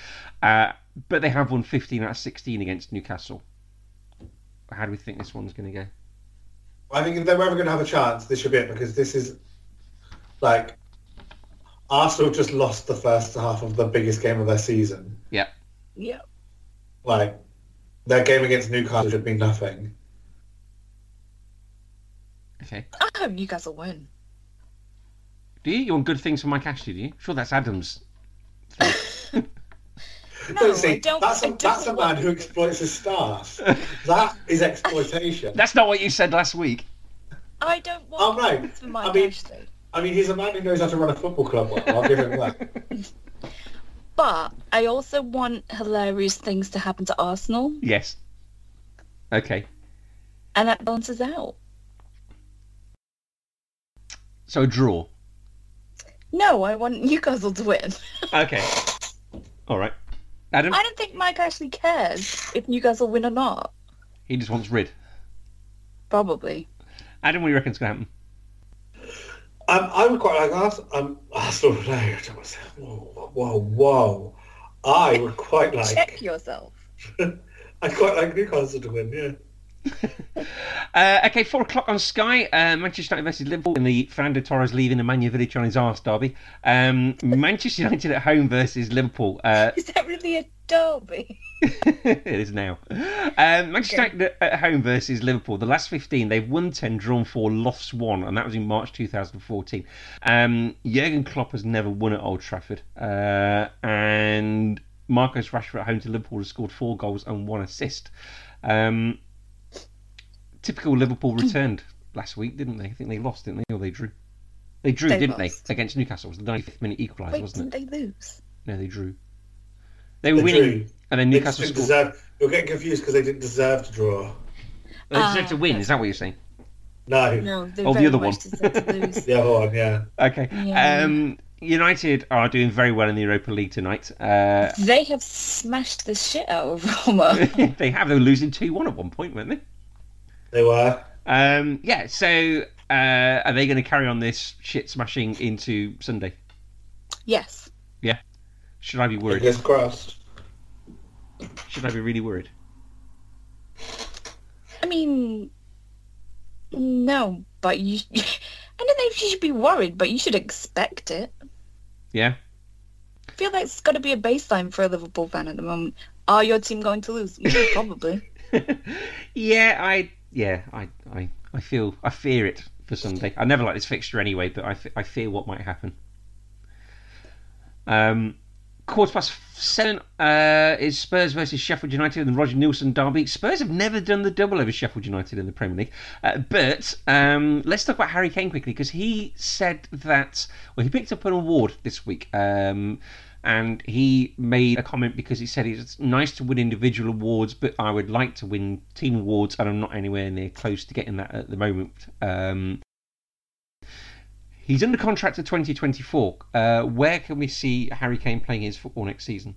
Speaker 1: uh, but they have won 15 out of 16 against Newcastle. How do we think this one's going to go?
Speaker 2: I think if they're ever going to have a chance, this should be it because this is like Arsenal just lost the first half of the biggest game of their season.
Speaker 3: Yeah.
Speaker 2: Like their game against Newcastle should be nothing.
Speaker 1: Okay.
Speaker 3: I hope Newcastle win.
Speaker 1: Do you? You want good things from Mike Ashley, do you? Sure, that's Adams.
Speaker 3: No,
Speaker 2: But see,
Speaker 3: I don't.
Speaker 2: that's a,
Speaker 3: I don't
Speaker 2: that's a man
Speaker 3: want-
Speaker 2: who exploits his staff. that is exploitation.
Speaker 1: That's not what you said last week.
Speaker 3: I don't want
Speaker 2: Oh, no.
Speaker 3: things for my
Speaker 2: I mean-
Speaker 3: Ashley.
Speaker 2: I mean, he's a man who knows how to run a football club. Well. I'll give him that.
Speaker 3: But I also want hilarious things to happen to Arsenal,
Speaker 1: Yes. Okay.
Speaker 3: and that balances out.
Speaker 1: So a draw.
Speaker 3: No, I want Newcastle to win.
Speaker 1: Okay. All right. Adam,
Speaker 3: I don't think Mike actually cares if Newcastle win or not.
Speaker 1: he just wants rid.
Speaker 3: Probably.
Speaker 1: Adam, what do you reckon's going to happen?
Speaker 2: Um, I would quite like Arsenal. Um, Arsenal, no, I don't want to say- whoa, whoa, whoa. I would quite
Speaker 3: Check
Speaker 2: like.
Speaker 3: yourself.
Speaker 2: I'd quite like Newcastle to win. Yeah.
Speaker 1: Uh, okay, four o'clock on Sky. Uh, Manchester United versus Liverpool in the Fernando Torres leaving Emmanuel Village on his arse derby. Um, Manchester United at home versus Liverpool. Uh,
Speaker 3: Is that really a derby?
Speaker 1: it is now. Um, Manchester
Speaker 3: Okay.
Speaker 1: United at home versus Liverpool. The last 15, they've won 10, drawn 4, lost 1, and that was in March 2014. Um, Jurgen Klopp has never won at Old Trafford. Uh, and Marcus Rashford at home to Liverpool has scored 4 goals and 1 assist. Um, typical Liverpool returned last week, didn't they? I think they lost, didn't they? Or they drew. They drew,
Speaker 3: They
Speaker 1: didn't
Speaker 3: lost.
Speaker 1: they? Against Newcastle. It was the 95th minute equaliser,
Speaker 3: Wait,
Speaker 1: wasn't
Speaker 3: didn't
Speaker 1: it?
Speaker 3: they lose?
Speaker 1: No, they drew. They were
Speaker 2: They
Speaker 1: winning,
Speaker 2: drew.
Speaker 1: and then
Speaker 2: They
Speaker 1: Newcastle
Speaker 2: didn't
Speaker 1: scored.
Speaker 2: deserve- you're getting confused because they didn't deserve to draw.
Speaker 1: They deserve
Speaker 3: Ah,
Speaker 1: to win.
Speaker 3: okay.
Speaker 1: Is that what you're saying?
Speaker 2: No,
Speaker 3: No, they
Speaker 1: Oh, the
Speaker 3: very
Speaker 1: other
Speaker 3: much
Speaker 1: one.
Speaker 3: deserve to lose.
Speaker 2: the other one, yeah.
Speaker 1: Okay.
Speaker 3: Yeah.
Speaker 1: Um, United are doing very well in the Europa League tonight. Uh,
Speaker 3: They have smashed the shit out of Roma.
Speaker 1: they have. They were losing two one at one point, weren't they?
Speaker 2: They were.
Speaker 1: Um, yeah. So uh, are they going to carry on this shit smashing into Sunday?
Speaker 3: yes.
Speaker 1: Should I be worried?
Speaker 2: Fingers crossed.
Speaker 1: Should I be really worried?
Speaker 3: I mean, no, but you. I don't know if you should be worried, but you should expect it.
Speaker 1: Yeah.
Speaker 3: I feel like it's got to be a baseline for a Liverpool fan at the moment. Are your team going to lose? Mm, Probably.
Speaker 1: yeah. I. Yeah. I. I. I feel. I fear it for Sunday. I never like this fixture anyway, but I. fe- I fear what might happen. Um, quarter past seven uh, is Spurs versus Sheffield United and Roger Nielsen derby. Spurs have never done the double over Sheffield United in the Premier League. Uh, but um, let's talk about Harry Kane quickly because he said that, well, he picked up an award this week. Um, and he made a comment because he said it's nice to win individual awards, but I would like to win team awards, and I'm not anywhere near close to getting that at the moment. Um, he's under contract to 2024. Uh, where can we see Harry Kane playing his football next season?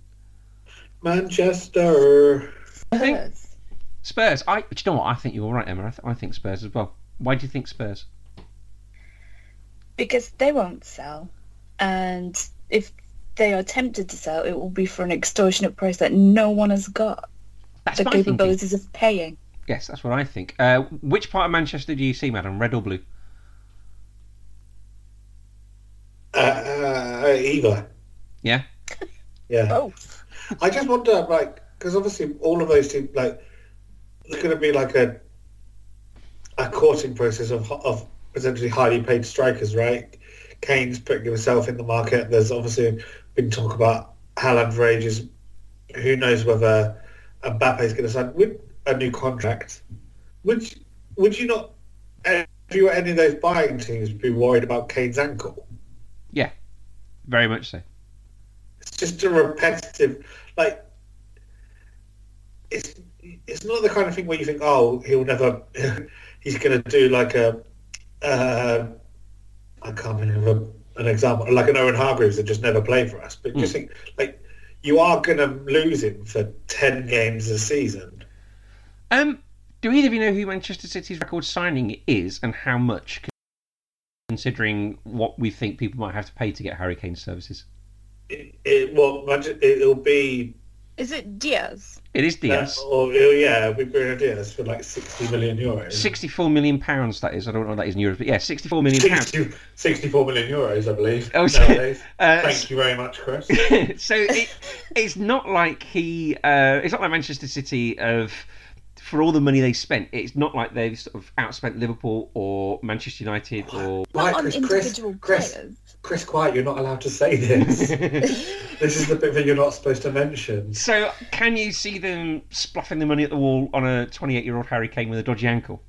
Speaker 2: Manchester.
Speaker 1: I think
Speaker 3: Spurs.
Speaker 1: Spurs. I, do you know what? I think you're right, Emma. I, th- I think Spurs as well. Why do you think Spurs?
Speaker 3: because they won't sell, and if they are tempted to sell, it will be for an extortionate price that no one has got
Speaker 1: That's
Speaker 3: the
Speaker 1: my thinking.
Speaker 3: capabilities of paying.
Speaker 1: Yes, that's what I think. Uh, which part of Manchester do you see, madam? Red or blue?
Speaker 2: Uh, uh, either.
Speaker 1: Yeah.
Speaker 2: Yeah.
Speaker 3: Both.
Speaker 2: I just wonder, like, because obviously all of those teams, like, there's going to be like a a courting process of of potentially highly paid strikers, right? Kane's putting himself in the market. There's obviously been talk about Haaland for ages. Who knows whether Mbappe's going to sign with a new contract? Would you- would you not, if you were any of those buying teams, be worried about Kane's ankle?
Speaker 1: Very much so.
Speaker 2: it's just a repetitive like it's it's not the kind of thing where you think oh he'll never he's going to do like a uh, I can't remember an example like an Owen Hargreaves that just never played for us but just think like you are going to lose him for 10 games a season
Speaker 1: Um, do either of you know who Manchester City's record signing is and how much, considering what we think people might have to pay to get Harry Kane's services?
Speaker 2: it, it well imagine- it'll be
Speaker 3: Is it Diaz?
Speaker 1: It is Diaz.
Speaker 2: or it'll, yeah it'll be Bruno Diaz for like 60 million euros
Speaker 1: Sixty-four million pounds. That is. I don't know what that is in euros, but yeah, sixty-four million pounds.
Speaker 2: 60, 64 million euros I believe
Speaker 1: Oh, so-
Speaker 2: nowadays.
Speaker 1: Uh,
Speaker 2: Thank you very much, Chris.
Speaker 1: so it, it's not like he. Uh, it's not like Manchester City of. For all the money they spent, it's not like they've sort of outspent Liverpool or Manchester United or.
Speaker 2: Right,
Speaker 3: Not on individual
Speaker 2: Chris,
Speaker 3: players.
Speaker 2: Chris, quiet. You're not allowed to say this. this is the bit that you're not supposed to mention.
Speaker 1: so can you see them spluffing the money at the wall on a 28-year-old Harry Kane with a dodgy ankle?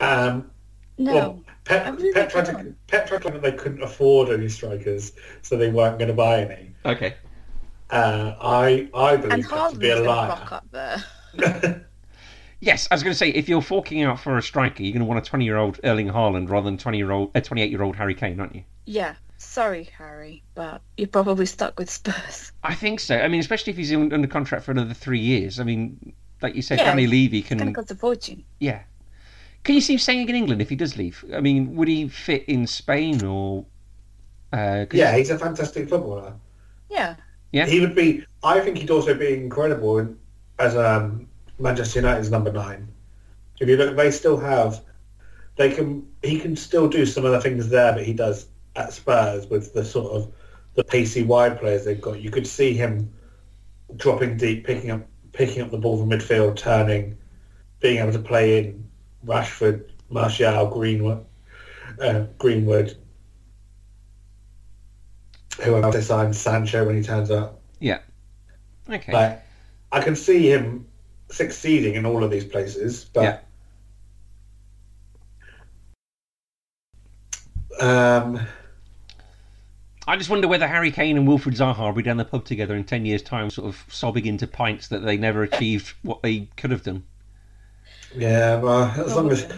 Speaker 2: Um,
Speaker 3: No.
Speaker 2: well,
Speaker 3: I'm
Speaker 2: Pep,
Speaker 3: really
Speaker 2: Pep, tried
Speaker 3: not.
Speaker 2: to, Pep tried to claim that they couldn't afford any strikers, so they weren't going to buy any.
Speaker 1: Okay.
Speaker 2: Uh, I, I
Speaker 3: and
Speaker 2: believe Pep to
Speaker 3: Harvey's
Speaker 2: be a
Speaker 3: going to rock
Speaker 2: liar.
Speaker 3: up there.
Speaker 1: Yes, I was going to say if you're forking out for a striker, you're going to want a 20-year-old Erling Haaland rather than 20-year-old, a 28-year-old Harry Kane, aren't you?
Speaker 3: Yeah. Sorry, Harry, but you're probably stuck with Spurs.
Speaker 1: I think so. I mean, especially if he's in, under contract for another three years. I mean, like you said,
Speaker 3: Yeah,
Speaker 1: Danny Levy
Speaker 3: It's going
Speaker 1: can.
Speaker 3: to cost a fortune.
Speaker 1: Yeah. Can you see him staying in England if he does leave? I mean, would he fit in Spain or? Uh, 'cause-
Speaker 2: Yeah, he's a fantastic footballer.
Speaker 3: Yeah.
Speaker 1: Yeah.
Speaker 2: He would be. I think he'd also be incredible in, as um, Manchester United's number nine. If you look, they still have. They can. He can still do some of the things there that he does at Spurs with the sort of the pacey wide players they've got. You could see him dropping deep, picking up picking up the ball from midfield, turning, being able to play in Rashford, Martial, Greenwood, uh, Greenwood. Whoever else they sign, Sancho when he turns up.
Speaker 1: Okay.
Speaker 2: Like, I can see him succeeding in all of these places, but um,
Speaker 1: I just wonder whether Harry Kane and Wilfred Zaha will be down the pub together in ten years' time, sort of sobbing into pints that they never achieved what they could have done.
Speaker 2: yeah, well, as long as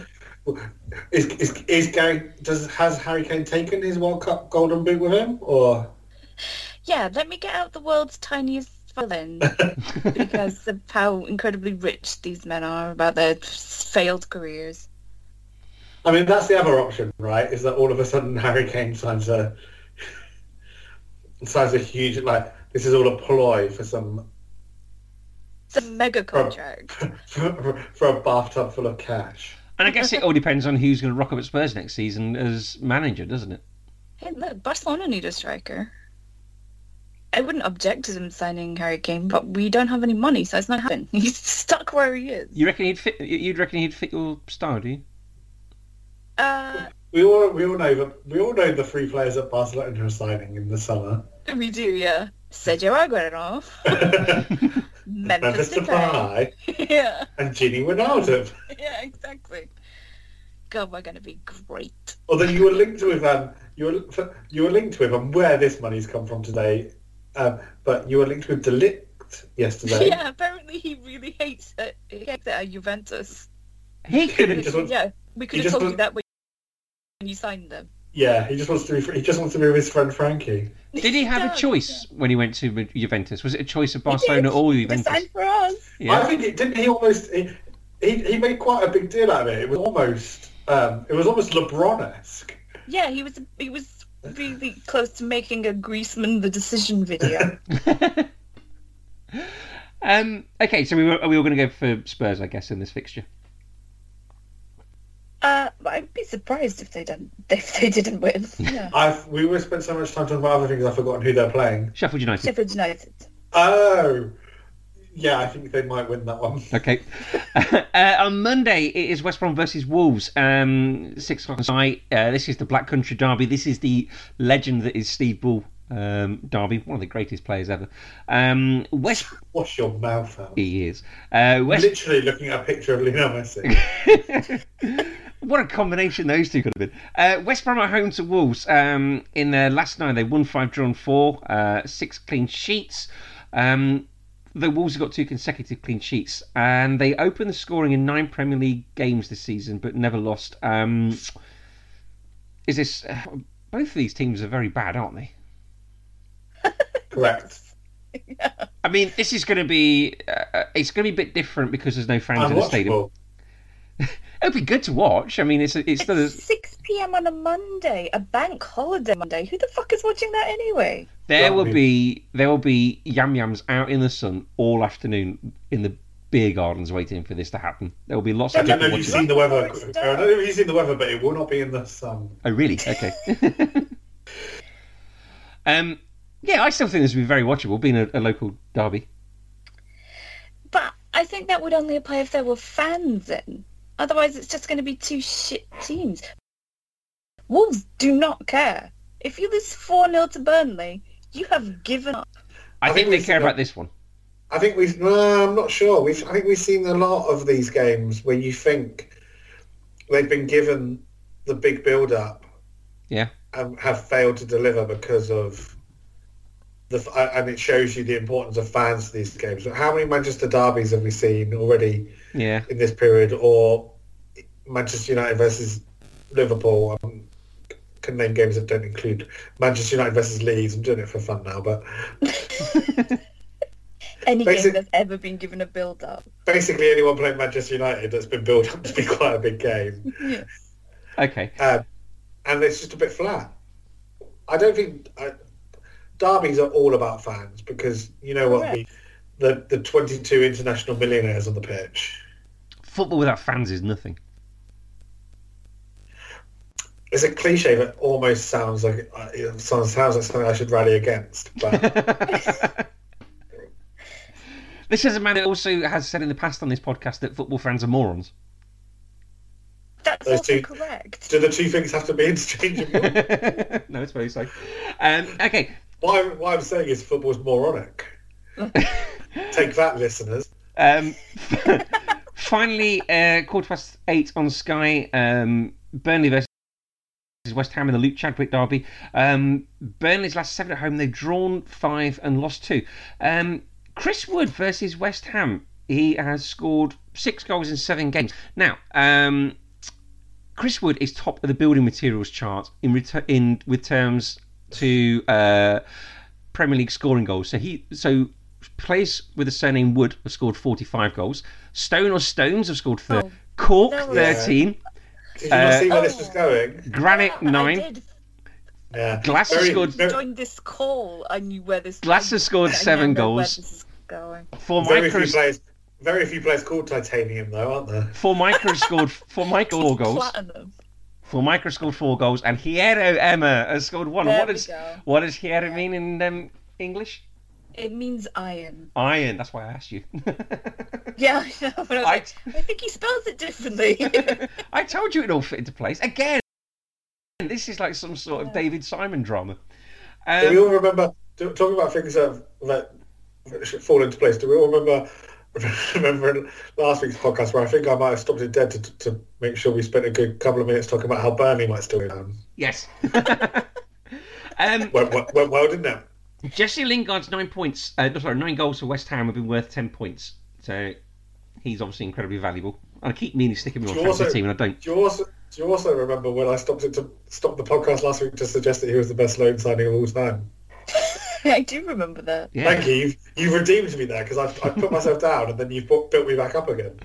Speaker 2: is, is, is Gary does has Harry Kane taken his World Cup golden boot with him, or
Speaker 3: Yeah, let me get out the world's tiniest violin because of how incredibly rich these men are about their failed careers.
Speaker 2: I mean, that's the other option, right? Is that all of a sudden Harry Kane signs a signs a huge like this is all a ploy for some
Speaker 3: It's a mega contract.
Speaker 2: for, for a bathtub full of cash.
Speaker 1: And I guess it all depends on who's going to rock up at Spurs next season as manager, doesn't it?
Speaker 3: Hey, look, Barcelona need a striker. I wouldn't object to them signing Harry Kane, but we don't have any money, so it's not happening. He's stuck where he is.
Speaker 1: You reckon he'd fit? You'd reckon he'd fit your style, do you?
Speaker 3: Uh,
Speaker 2: We all we all know that we all know the three players at Barcelona are signing in the summer.
Speaker 3: we do, yeah. Mm. Sergio Aguero, Memphis
Speaker 2: Memphis
Speaker 3: Depay.
Speaker 2: Depay
Speaker 3: yeah,
Speaker 2: and Gini Wijnaldum.
Speaker 3: yeah, exactly. God, we're gonna be great.
Speaker 2: Although you were linked with um, you were you were linked with and where this money's come from today, um, but you were linked with Delict yesterday.
Speaker 3: Yeah, apparently he really hates it. He hates it at Juventus.
Speaker 1: He could
Speaker 2: He
Speaker 1: have.
Speaker 2: just wants-
Speaker 3: yeah, we could
Speaker 2: he
Speaker 3: have
Speaker 2: just
Speaker 3: told you
Speaker 2: wants-
Speaker 3: that when you signed them.
Speaker 2: Yeah, he just wants to be. fr- He just wants to be with his friend Frankie.
Speaker 1: Did he have a
Speaker 3: does,
Speaker 1: choice when he went to Ju- Juventus? Was it a choice of
Speaker 3: yeah.
Speaker 1: Barcelona or
Speaker 3: He
Speaker 1: Juventus?
Speaker 3: signed for us.
Speaker 2: I
Speaker 1: Yeah.
Speaker 2: think it didn't. He almost he, he he made quite a big deal out of it. It was almost um, it was almost LeBron esque.
Speaker 3: Yeah, he was. He was really close to making a Greaseman the decision video.
Speaker 1: Um, okay, so we were, are we all going to go for Spurs, I guess, in this fixture?
Speaker 3: uh, but I'd be surprised if they didn't. If they didn't win. Yeah.
Speaker 2: I've we were spent so much time talking about other things. I've forgotten who they're playing.
Speaker 1: Sheffield United.
Speaker 3: Sheffield United.
Speaker 2: Oh, yeah, I think they might win that one.
Speaker 1: Okay. uh, on Monday, it is West Brom versus Wolves. Um, six o'clock on site. Uh, this is the Black Country Derby. This is the legend that is Steve Bull um, Derby, one of the greatest players ever. Um, West.
Speaker 2: Wash your mouth out.
Speaker 1: He is. Uh, West.
Speaker 2: Literally looking at a picture of Lionel Messi.
Speaker 1: What a combination those two could have been. Uh, West Brom at home to Wolves. Um, in their last nine, they won five, drawn four, uh, six clean sheets. Um, the Wolves have got two consecutive clean sheets, and they opened the scoring in nine Premier League games this season, but never lost. Um, is this? uh, Both of these teams are very bad, aren't they?
Speaker 2: Correct.
Speaker 1: I mean, this is going to be. Uh, it's going to be a bit different because there's no fans in the stadium.
Speaker 2: Unwatchable.
Speaker 1: It'll be good to watch. I mean, it's it's still.
Speaker 3: It's 6 p.m. on a Monday, a bank holiday Monday. Who the fuck is watching that anyway?
Speaker 1: There
Speaker 2: Don't
Speaker 1: will
Speaker 2: we?
Speaker 1: be there will be yam yams out in the sun all afternoon in the beer gardens waiting for this to happen. There will be lots
Speaker 2: I
Speaker 1: of
Speaker 2: don't know
Speaker 1: people
Speaker 2: if you've
Speaker 1: watching.
Speaker 2: seen the weather.
Speaker 3: It's
Speaker 2: I don't know if you've seen the weather, but it will not be in the sun.
Speaker 1: Oh really? Okay. um, yeah, I still think this will be very watchable, being a, a local derby.
Speaker 3: But I think that would only apply if there were fans in. Otherwise, it's just going to be two shit teams. Wolves do not care. If you lose 4 0 to Burnley, you have given up.
Speaker 1: I,
Speaker 2: I
Speaker 1: think,
Speaker 2: think
Speaker 1: they
Speaker 2: we've
Speaker 1: care
Speaker 2: got-
Speaker 1: about this one.
Speaker 2: I think we've. No, I'm not sure. We've. I think we've seen a lot of these games where you think they've been given the big build-up.
Speaker 1: Yeah.
Speaker 2: And have failed to deliver because of the. f- I- And it shows you the importance of fans to these games. How many Manchester derbies have we seen already
Speaker 1: Yeah.
Speaker 2: in this period, or Manchester United versus Liverpool? Um, can name games that don't include Manchester United versus Leeds. I'm doing it for fun now, but
Speaker 3: Any
Speaker 2: Basic-
Speaker 3: game that's ever been given a build up.
Speaker 2: basically anyone playing Manchester United that's been built up to be quite a big game,
Speaker 1: Okay.
Speaker 2: um, and it's just a bit flat. I don't think I, derbies are all about fans because you know what we, the the twenty two international millionaires on the pitch.
Speaker 1: Football without fans is nothing.
Speaker 2: It's a cliche that almost sounds like uh, it sounds sounds like something I should rally against, but
Speaker 1: This is a man who also has said in the past on this podcast that football fans are morons.
Speaker 3: That's
Speaker 2: Those
Speaker 3: also
Speaker 2: two-
Speaker 3: correct.
Speaker 2: do the two things have to be interchangeable?
Speaker 1: no, it's very so. Um, okay,
Speaker 2: what, I'm, what I'm saying is football's moronic. Take that, listeners.
Speaker 1: Um, finally, uh, quarter past eight on Sky. Um, Burnley versus West Ham in the Luke Chadwick derby. Um, Burnley's last seven at home. They've drawn five and lost two. Um, Chris Wood versus West Ham. He has scored six goals in seven games. Now, um, Chris Wood is top of the building materials chart in retu- in with terms to uh, Premier League scoring goals. So he so players with the surname Wood have scored 45 goals. Stone or Stones have scored 30.
Speaker 3: Oh,
Speaker 1: Cork
Speaker 3: that was-
Speaker 1: 13.
Speaker 2: Did you not
Speaker 1: Uh,
Speaker 2: see where
Speaker 3: Oh.
Speaker 2: this was going?
Speaker 1: Granite
Speaker 3: Yeah,
Speaker 1: 9.
Speaker 3: I did.
Speaker 2: Yeah.
Speaker 1: Glasser
Speaker 2: Very-
Speaker 1: scored-
Speaker 2: very-
Speaker 3: Joined this call, I knew where this.
Speaker 1: Glasser scored
Speaker 3: I
Speaker 1: seven
Speaker 3: know where
Speaker 1: goals.
Speaker 3: this is going.
Speaker 1: For
Speaker 2: Very few
Speaker 1: Micro,
Speaker 2: players. Very few players called titanium, though, aren't there?
Speaker 1: for Micro scored for Michael four goals.
Speaker 3: Platinum.
Speaker 1: For Micro scored four goals, and Hierro Emma has scored one.
Speaker 3: There
Speaker 1: what
Speaker 3: we
Speaker 1: does
Speaker 3: go.
Speaker 1: what does Hierro mean in um, English?
Speaker 3: It means iron.
Speaker 1: Iron. That's why I asked you.
Speaker 3: Yeah, I know. But I, was
Speaker 1: I-
Speaker 3: like, I think he spells it differently.
Speaker 1: I told you it all fit into place again. This is like some sort of David Simon drama.
Speaker 2: do we
Speaker 1: Um,
Speaker 2: all remember do, talking about things that, that fall into place? Do we all remember remember in last week's podcast where I think I might have stopped it dead to, to make sure we spent a good couple of minutes talking about how Burnley might still be down?
Speaker 1: yes. um,
Speaker 2: Went, went, went well, didn't it?
Speaker 1: Jesse Lingard's nine points, uh, no, sorry, nine goals for West Ham have been worth ten points. So he's obviously incredibly valuable. I keep meaning to stick him in my
Speaker 2: Sure,
Speaker 1: fantasy
Speaker 2: so-
Speaker 1: team, and I don't.
Speaker 2: Do you also Do you also remember when I stopped it to stop the podcast last week to suggest that he was the best loan signing of all time?
Speaker 3: I do remember that.
Speaker 1: Yeah.
Speaker 2: Thank you. You've, you've redeemed me there because I've, I've put myself down and then you've bu- built me back up again.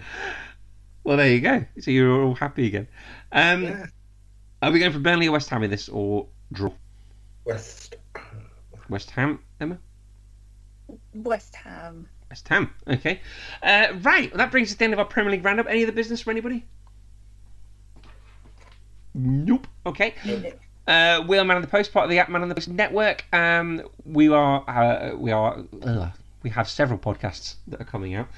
Speaker 1: Well, there you go. So you're all happy again. Um,
Speaker 2: Yeah.
Speaker 1: Are we going for Burnley or West Ham in this, or draw?
Speaker 2: West.
Speaker 1: West Ham, Emma?
Speaker 3: West Ham.
Speaker 1: West Ham. Okay. Uh, right. Well, that brings us to the end of our Premier League roundup. Any other business for anybody? Nope. Okay. Uh, we are Man of the Post, part of the App Man of the Post network. Um, we are uh, we are ugh, we have several podcasts that are coming out.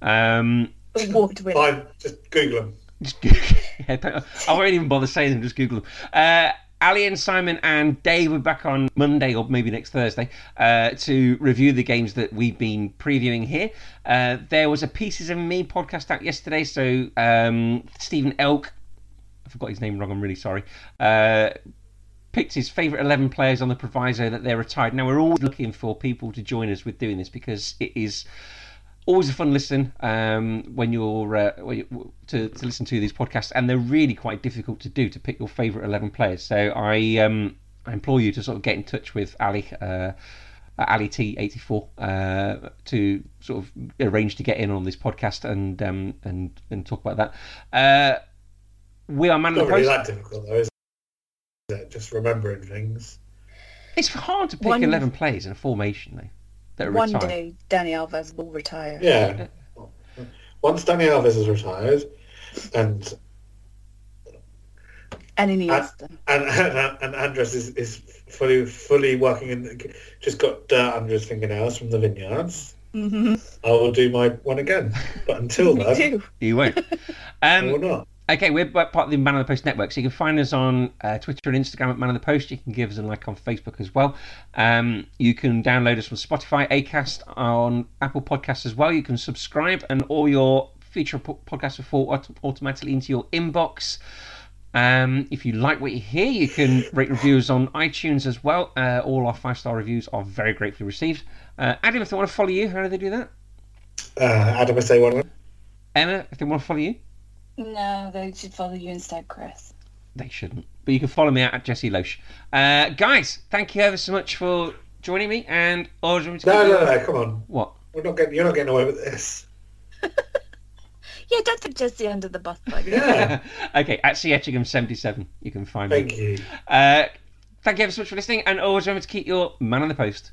Speaker 1: Um,
Speaker 3: Award winner.
Speaker 2: Fine. Just Google him.
Speaker 1: just Google. yeah, don't- I won't even bother saying them. Just Google them. Uh, Ali and Simon and Dave are back on Monday or maybe next Thursday uh, to review the games that we've been previewing here. Uh, there was a Pieces of Me podcast out yesterday, so um, Stephen Elk, I forgot his name wrong. I'm really sorry. Uh, picked his favourite 11 players on the proviso that they're retired. Now, we're always looking for people to join us with doing this because it is always a fun listen um, when you're uh, when you, to, to listen to these podcasts, and they're really quite difficult to do to pick your favourite 11 players. So I, um, I implore you to sort of get in touch with Ali. Uh, Ali T84 uh, to sort of arrange to get in on this podcast and um, and and talk about that. Uh, we are man of
Speaker 2: Not
Speaker 1: the post.
Speaker 2: really that difficult though, is it? Just remembering things.
Speaker 1: It's hard to pick
Speaker 3: One-
Speaker 1: eleven players in a formation though. That are
Speaker 3: One
Speaker 1: retired.
Speaker 3: day, Danny Alves will retire.
Speaker 2: Yeah. Once Danny Alves is retired, and
Speaker 3: And Iniesta.
Speaker 2: and and, and Andres is, is fully fully working in, just got dirt under his fingernails from the vineyards.
Speaker 3: Mm-hmm.
Speaker 2: I will do my one again, but until
Speaker 3: Me
Speaker 2: then,
Speaker 3: too.
Speaker 1: You won't.
Speaker 2: I will
Speaker 1: Um,
Speaker 2: not.
Speaker 1: okay, we're part of the Man of the Post network, so you can find us on uh, Twitter and Instagram at Man of the Post. You can give us a like on Facebook as well. Um, you can download us from Spotify, Acast, on Apple Podcasts as well. You can subscribe, and all your future po- podcasts will fall aut- automatically into your inbox. Um, if you like what you hear, you can rate reviews on iTunes as well. Uh, all our five star reviews are very gratefully received. Uh, Adam, if they want to follow you, how do they do that?
Speaker 2: Uh, Adam, I say one.
Speaker 1: Emma, if they want to follow you,
Speaker 3: No, they should follow you instead, Chris.
Speaker 1: they shouldn't. But you can follow me out at Jesse Loesch. Uh, guys, thank you ever so much for joining me. And oh, do you want me to
Speaker 2: No,
Speaker 1: keep
Speaker 2: no,
Speaker 1: going?
Speaker 2: no, come on.
Speaker 1: What?
Speaker 2: We're not getting. You're not getting away with this.
Speaker 3: Yeah, don't throw Jesse under the bus like that.
Speaker 2: Yeah.
Speaker 1: okay, at C Etchingham seventy seven, you can find me.
Speaker 2: Thank you.
Speaker 1: Uh, thank you ever so much for listening. And always remember to keep your man on the post.